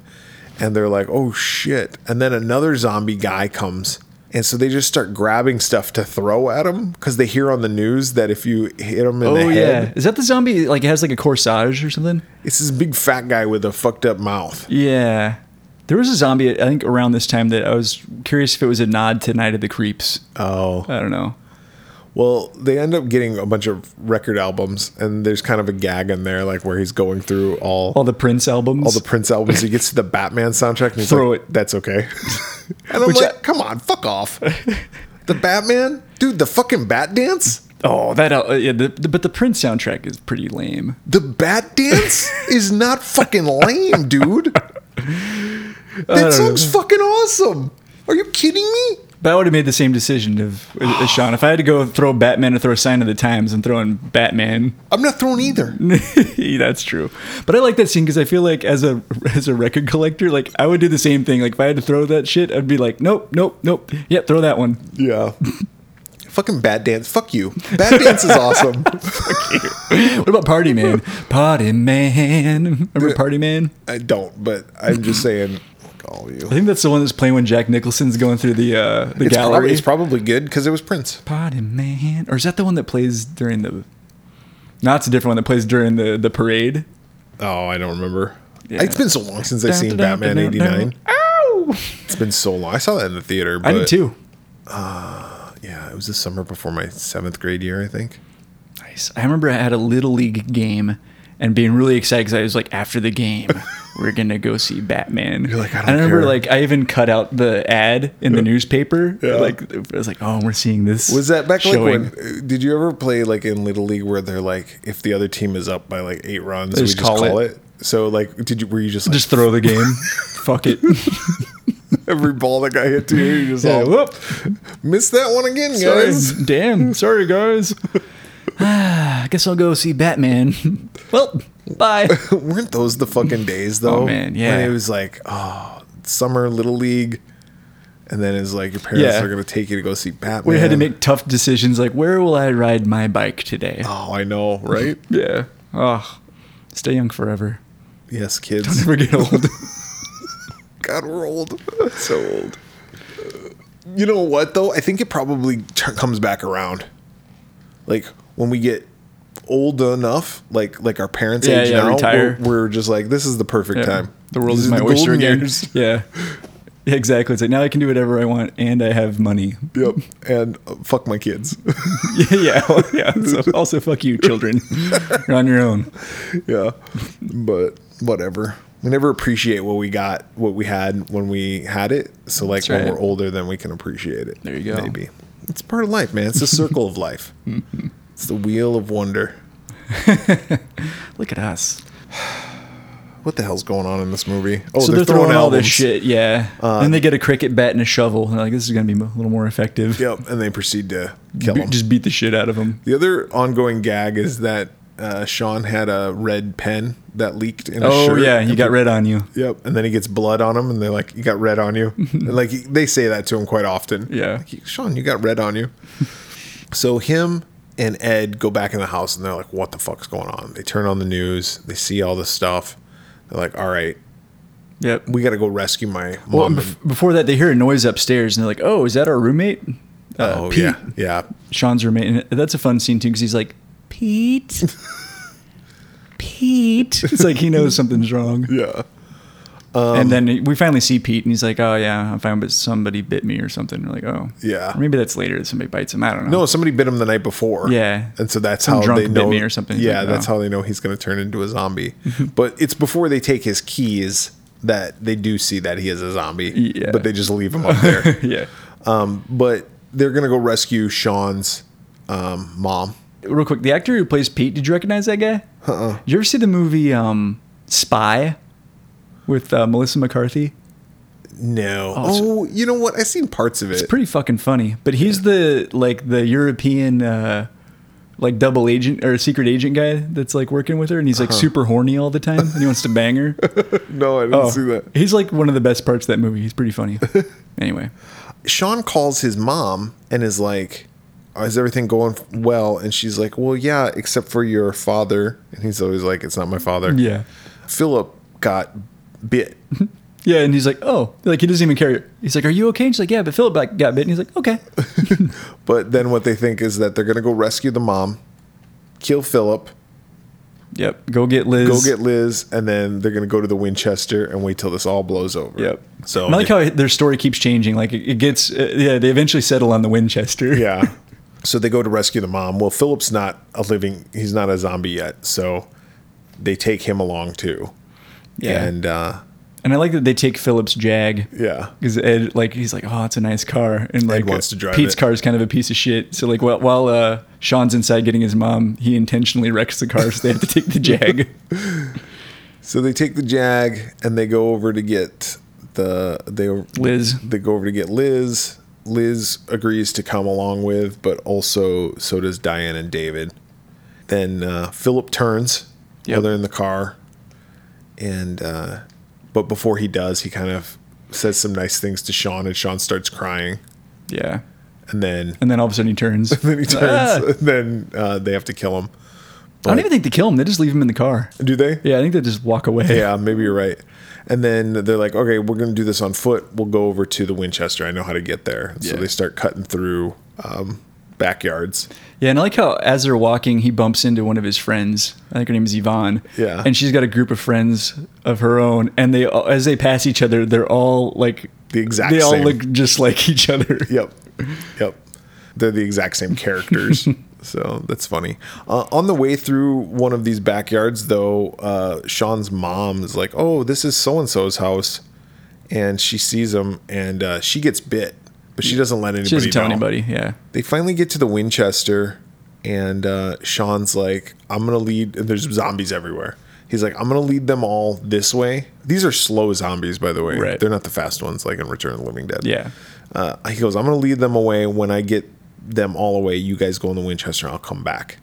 And they're like, "Oh shit!" And then another zombie guy comes, and so they just start grabbing stuff to throw at him because they hear on the news that if you hit him in Oh the head, yeah. Is that the zombie? Like it has like a corsage or something. it's this big fat guy with a fucked up mouth. Yeah. There was a zombie, I think, around this time that I was curious if it was a nod to Night of the Creeps. Oh, I don't know. Well, they end up getting a bunch of record albums, and there's kind of a gag in there, like where he's going through all All the Prince albums. all the Prince albums. He gets to the Batman soundtrack, and he's Throw like, it. "That's okay." and I'm Which I- like, "Come on, fuck off." the Batman, dude, the fucking Bat Dance, oh, that. Uh, yeah, the, the, but the Prince soundtrack is pretty lame. the Bat Dance is not fucking lame, dude. That song's fucking awesome. Are you kidding me? But I would have made the same decision of, as Sean. If I had to go throw Batman or throw Sign of the Times, I'm throwing Batman. I'm not thrown either. That's true. But I like that scene because I feel like as a as a record collector, like I would do the same thing. Like if I had to throw that shit, I'd be like, nope, nope, nope. Yep, throw that one. Yeah. Fucking Bad Dance. Fuck you. Bad Dance is awesome. What about Party Man? Party Man. Remember Party Man? I don't, but I'm just saying, fuck all I you. think that's the one that's playing when Jack Nicholson's going through the uh, the It's, prob- gallery. it's probably good because it was Prince. Party Man, or is that the one that plays during the? No, it's a different one that plays during the the parade. Oh, I don't remember. Yeah. It's been so long since I've seen Batman 89. Ow! It's been so long. I saw that in the theater. But I did too. Yeah, it was the summer before my seventh grade year, I think. Nice. I remember I had a little league game and being really excited because I was like, after the game, we're gonna go see Batman. You're like, I don't I remember care. like I even cut out the ad in the newspaper. Yeah. Like I was like, oh, we're seeing this. Was that back showing. like when? uh, Did you ever play like in Little League where they're like, if the other team is up by like eight runs, we just just call call, it. So like, did you were you just like Just throw the game. Fuck it. every ball that guy hit to you, you just Yeah, all whoop. missed that one again, Sorry. guys? Damn. Sorry, guys. I guess I'll go see Batman. well, bye. Weren't those the fucking days though? Oh, man, When yeah. it was like, oh, summer Little League, and then it's like your parents Yeah. are gonna take you to go see Batman. We had to make tough decisions like where will I ride my bike today? Oh, I know, right? Yeah. Oh, stay young forever. yes, kids. Never get old. God, we're old. so old. You know what, though? I think it probably t- comes back around. Like when we get old enough, like like our parents Yeah, age yeah, now, retire. We're, we're just like, this is the perfect Yeah. time. The world This is my oyster golden again. years. Yeah. Yeah, Exactly. It's like now I can do whatever I want and I have money. Yep. And uh, fuck my kids. yeah. Oh, Yeah. So also, fuck you, children. You're on your own. yeah. But whatever. We never appreciate what we got, what we had when we had it. So like That's when right. we're older, then we can appreciate it. There you go. Maybe it's part of life, man. It's the circle of life. It's the wheel of wonder. Look at us. What the hell's going on in this movie? Oh, so they're, throwing, all this albums. Uh, shit. Yeah. then they get a cricket bat and a shovel. And they're like, this is going to be a little more effective. Yep, and they proceed to kill Be- him. just beat the shit out of them. the other ongoing gag is that uh, Sean had a red pen that leaked in his Oh, shirt. yeah. You got red on you. Yep, and then he gets blood on him, and they're like, "You got red on you." and like he- they say that to him quite often. Yeah. like, Sean, you got red on you. so him and Ed go back in the house, and they're like, "What the fuck's going on?" They turn on the news, they see all this stuff. They're like, "All right, Yep. we got to go rescue my mom." Well, and- bef- before that, they hear a noise upstairs and they're like, oh, is that our roommate? Uh, oh Pete. yeah, yeah. Sean's roommate. And that's a fun scene, too, because he's like, Pete. Pete. It's like he knows something's wrong. Yeah. Um, and then we finally see Pete and he's like, oh, yeah, I found but somebody bit me or something. We're like, oh. Yeah. Or maybe that's later that somebody bites him. I don't know. No, somebody bit him the night before. Yeah. and so that's Some how drunk they bit know me or something. He's Yeah, like, that's "Oh." how they know he's going to turn into a zombie. but it's before they take his keys that they do see that he is a zombie. Yeah. but they just leave him up there. yeah. but they're going to go rescue Sean's um, mom. Real quick, the actor who plays Pete, did you recognize that guy? Uh-uh. Did you ever see the movie um, Spy with uh, Melissa McCarthy? No. Oh, so- Oh, you know what? I've seen parts of it. It's pretty fucking funny. But he's the like the European uh like double agent or secret agent guy that's like working with her and he's like super horny all the time and he wants to bang her. no, Uh-huh. I didn't Oh, see that. He's like one of the best parts of that movie. He's pretty funny. anyway. Sean calls his mom and is like, "Oh, "Is everything going well?" And she's like, "Well, yeah, except for your father." And he's always like, "It's not my father." Yeah. Philip got bit. Yeah, and he's like, "Oh, like he doesn't even care." He's like, "Are you okay?" And she's like, "Yeah, but Philip got got bit." And he's like, "Okay." But then what they think is that they're going to go rescue the mom, kill Philip, Yep. Go get Liz. go get Liz, and then they're going to go to the Winchester and wait till this all blows over. Yep. So And I like how their story keeps changing. Like it, it gets, uh, yeah, they eventually settle on the Winchester. yeah. So they go to rescue the mom. Well, Philip's not a living, he's not a zombie yet. So they take him along too. Yeah. And uh, And I like that they take Philip's Jag. yeah. Because Ed, like, he's like, oh, it's a nice car, and like, wants to drive Pete's it. car is kind of a piece of shit. So like, while while uh, Sean's inside getting his mom, he intentionally wrecks the car, so they have to take the Jag. So they take the Jag and they go over to get the they Liz. They go over to get Liz. Liz agrees to come along with, but also so does Diane and David. Then uh, Philip turns Yep. while they're in the car, and uh, but before he does, he kind of says some nice things to Sean, and Sean starts crying, Yeah. and then And then all of a sudden he turns. then he turns, Ah! and then uh, they have to kill him. I don't even think they kill him. They just leave him in the car. Do they? Yeah, I think they just walk away. Yeah, maybe you're right. And then they're like, okay, we're going to do this on foot. We'll go over to the Winchester. I know how to get there. So Yeah. they start cutting through um, backyards. Yeah, and I like how as they're walking, he bumps into one of his friends. I think her name is Yvonne. Yeah. and she's got a group of friends of her own, and they all- as they pass each other, they're all like The exact They all same. look just like each other. Yep. Yep. They're the exact same characters. so that's funny. Uh, on the way through one of these backyards, though, uh, Sean's mom is like, oh, this is so and so's house. And she sees him and uh, she gets bit, but she doesn't let anybody She doesn't tell know. anybody. Yeah, they finally get to the Winchester, and uh, Sean's like, "I'm gonna lead." And there's zombies everywhere. He's like, "I'm gonna lead them all this way." These are slow zombies, by the way. Right. They're not the fast ones like in Return of the Living Dead. yeah, Uh, he goes, "I'm gonna lead them away. When I get them all away, you guys go in the Winchester. I'll come back."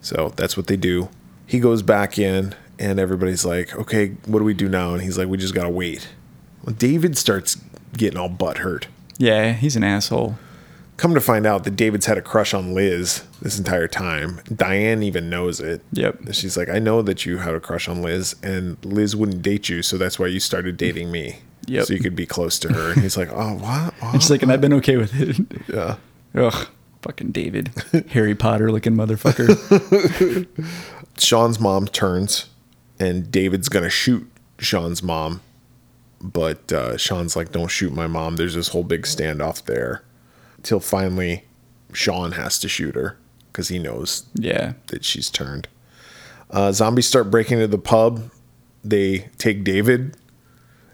So that's what they do. He goes back in, and everybody's like, "Okay, what do we do now?" And he's like, "We just gotta wait." Well, David starts getting all butt hurt. yeah. He's an asshole. Come to find out that David's had a crush on Liz this entire time. Diane even knows it. Yep. She's like, I know that you had a crush on Liz, and Liz wouldn't date you, so that's why you started dating me. Yep. So you could be close to her. And he's like, Oh, what? What?" And she's like, and I've been okay with it. Yeah. Ugh, fucking David, Harry Potter looking motherfucker. Sean's mom turns, and David's going to shoot Sean's mom. But uh, Sean's like, Don't shoot my mom. There's this whole big standoff there. Till finally, Sean has to shoot her because he knows yeah, that she's turned. Uh, zombies start breaking into the pub. They take David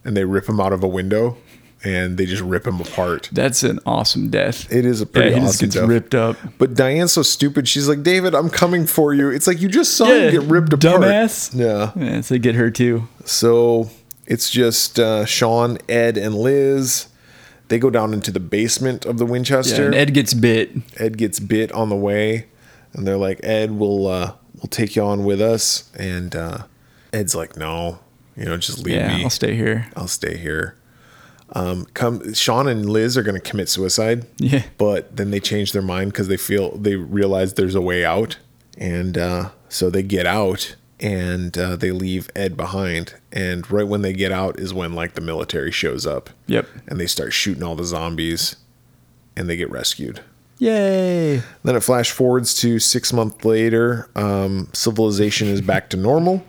and they rip him out of a window and they just rip him apart. that's an awesome death. It is a yeah, pretty he just awesome gets death. ripped up. But Diane's so stupid. She's like, David, I'm coming for you. It's like you just saw him get ripped apart. Dumbass. Yeah. Yeah, so they get her too. So it's just uh, Sean, Ed, and Liz. They go down into the basement of the Yeah, Winchester. and Ed gets bit. Ed gets bit on the way, and they're like, "Ed, we'll uh, we'll take you on with us." And uh, Ed's like, "No, you know, just leave Yeah, me. I'll stay here. I'll stay here." Um, come, Sean and Liz are going to commit suicide. Yeah. but then they change their mind because they feel they realize there's a way out, and uh, so they get out and uh, they leave Ed behind. And right when they get out is when like the military shows up. Yep. and they start shooting all the zombies, and they get rescued. Yay. Then it flash forwards to six months later. Um, civilization is back to normal.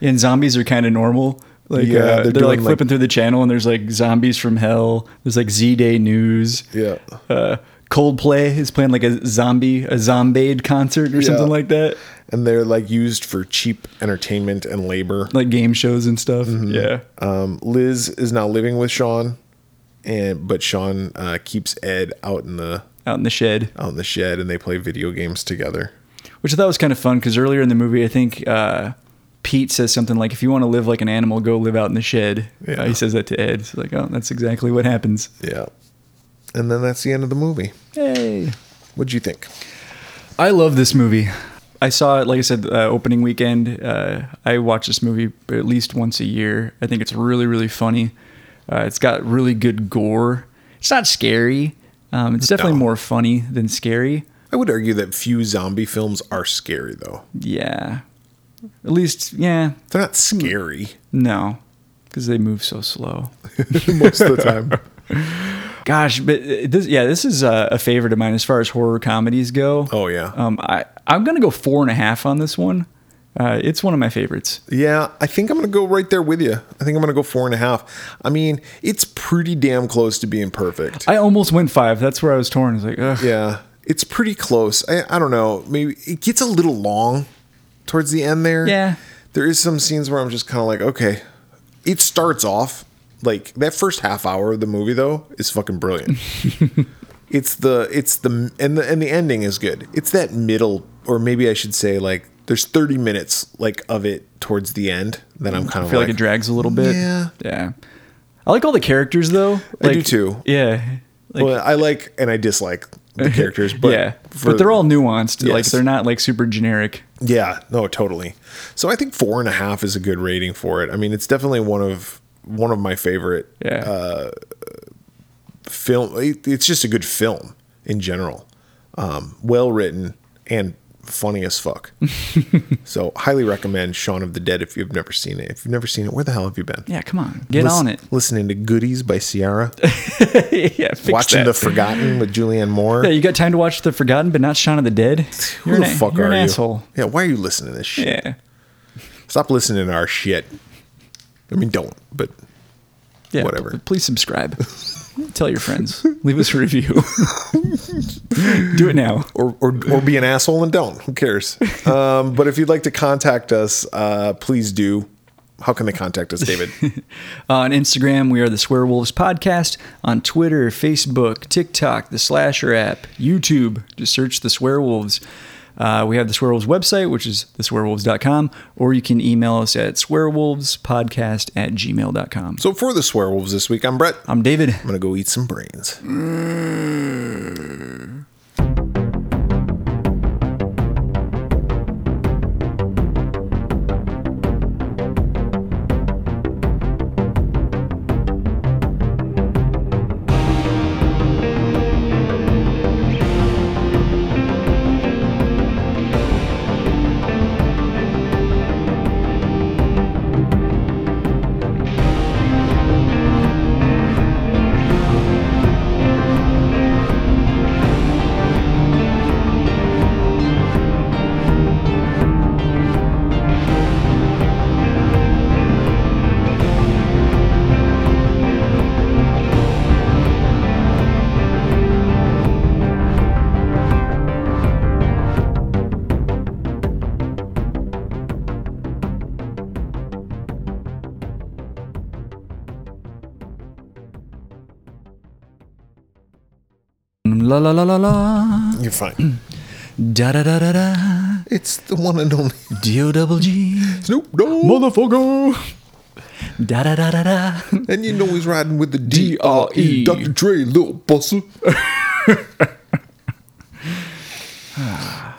and zombies are kind of normal. Like Yeah, uh, they're they're, doing, like like- flipping through the channel, and there's like zombies from hell. There's like Z Day News. Yeah. Uh, Coldplay is playing like a zombie a zombade concert or something like that, And they're like used for cheap entertainment and labor. like game shows and stuff. Yeah, Um, Liz is now living with Sean, and but Sean uh, keeps Ed out in the out in the shed, out in the shed, and they play video games together. which I thought was kind of fun because earlier in the movie, I think uh, Pete says something like, "If you want to live like an animal, go live out in the shed." Yeah. Uh, he says that to Ed. It's like, oh, that's exactly what happens. Yeah. And then that's the end of the movie. Hey. What'd you think? I love this movie. I saw it, like I said, uh, opening weekend. Uh, I watch this movie at least once a year. I think it's really, really funny. Uh, it's got really good gore. It's not scary. Um, it's definitely No. more funny than scary. I would argue that few zombie films are scary, though. Yeah. At least, yeah. They're not scary No. Because they move so slow. most of the time. Gosh, but uh, this, yeah, this is a, a favorite of mine as far as horror comedies go. Oh, yeah. Um, I, I'm going to go four and a half on this one. Uh, it's one of my favorites. Yeah, I think I'm going to go right there with you. I think I'm going to go four and a half. I mean, it's pretty damn close to being perfect. I almost went five. That's where I was torn. I was like, ugh. yeah, it's pretty close. I, I don't know. Maybe it gets a little long towards the end there. Yeah. There is some scenes where I'm just kind of like, okay. It starts off like that first half hour of the movie though is fucking brilliant. it's the it's the and the and the ending is good. It's that middle or maybe I should say like there's 30 minutes like of it towards the end that I'm kind Mm, I of feel like, like it drags a little bit. Yeah. Yeah. I like all the characters though. I do Like, too. Yeah. Like, well, I like and I dislike the characters, but yeah, for- but they're all nuanced. Like Yes. they're not like super generic. Yeah, no, totally. So I think four and a half is a good rating for it. I mean, it's definitely one of one of my favorite Yeah, Uh, film. It, it's just a good film in general. Um, well written and funny as fuck. so highly recommend Shaun of the Dead if you've never seen it. If you've never seen it, where the hell have you been? yeah. Come on, get Lis- on it. Listening to Goodies by Ciara, yeah, fix watching that. The Forgotten with Julianne Moore. Yeah, you got time to watch The Forgotten, but not Shaun of the Dead. Who You're the an, a- fuck you're are an you? asshole. Yeah, why are you listening to this shit? Yeah, Stop listening to our shit. I mean, don't, but yeah. Whatever. p- please subscribe. Tell your friends. Leave us a review. Do it now. or, or, or be an asshole and don't. Who cares? Um, but if you'd like to contact us, uh, please do. How can they contact us, David? On Instagram, we are the Swear Wolves Podcast. On Twitter, Facebook, TikTok, the Slasher app, YouTube, just search the Swear Wolves. Uh, we have the Swear Wolves website, which is theswearwolves.com, or you can email us at swearwolvespodcast at gmail.com. so for the swearwolves this week, I'm Brett. I'm I'm David. gonna go eat some brains. La la la la la. You're fine. Da da da da da. it's the one and only D O double G. Snoop Dogg, Motherfucker. Da da da da da. and you know he's riding with the D R E. DRE. Dr. Dre, little busser.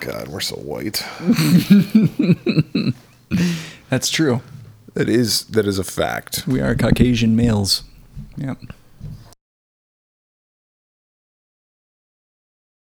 God, we're so white. That's true. That is that is a fact. We are Caucasian males. Yep.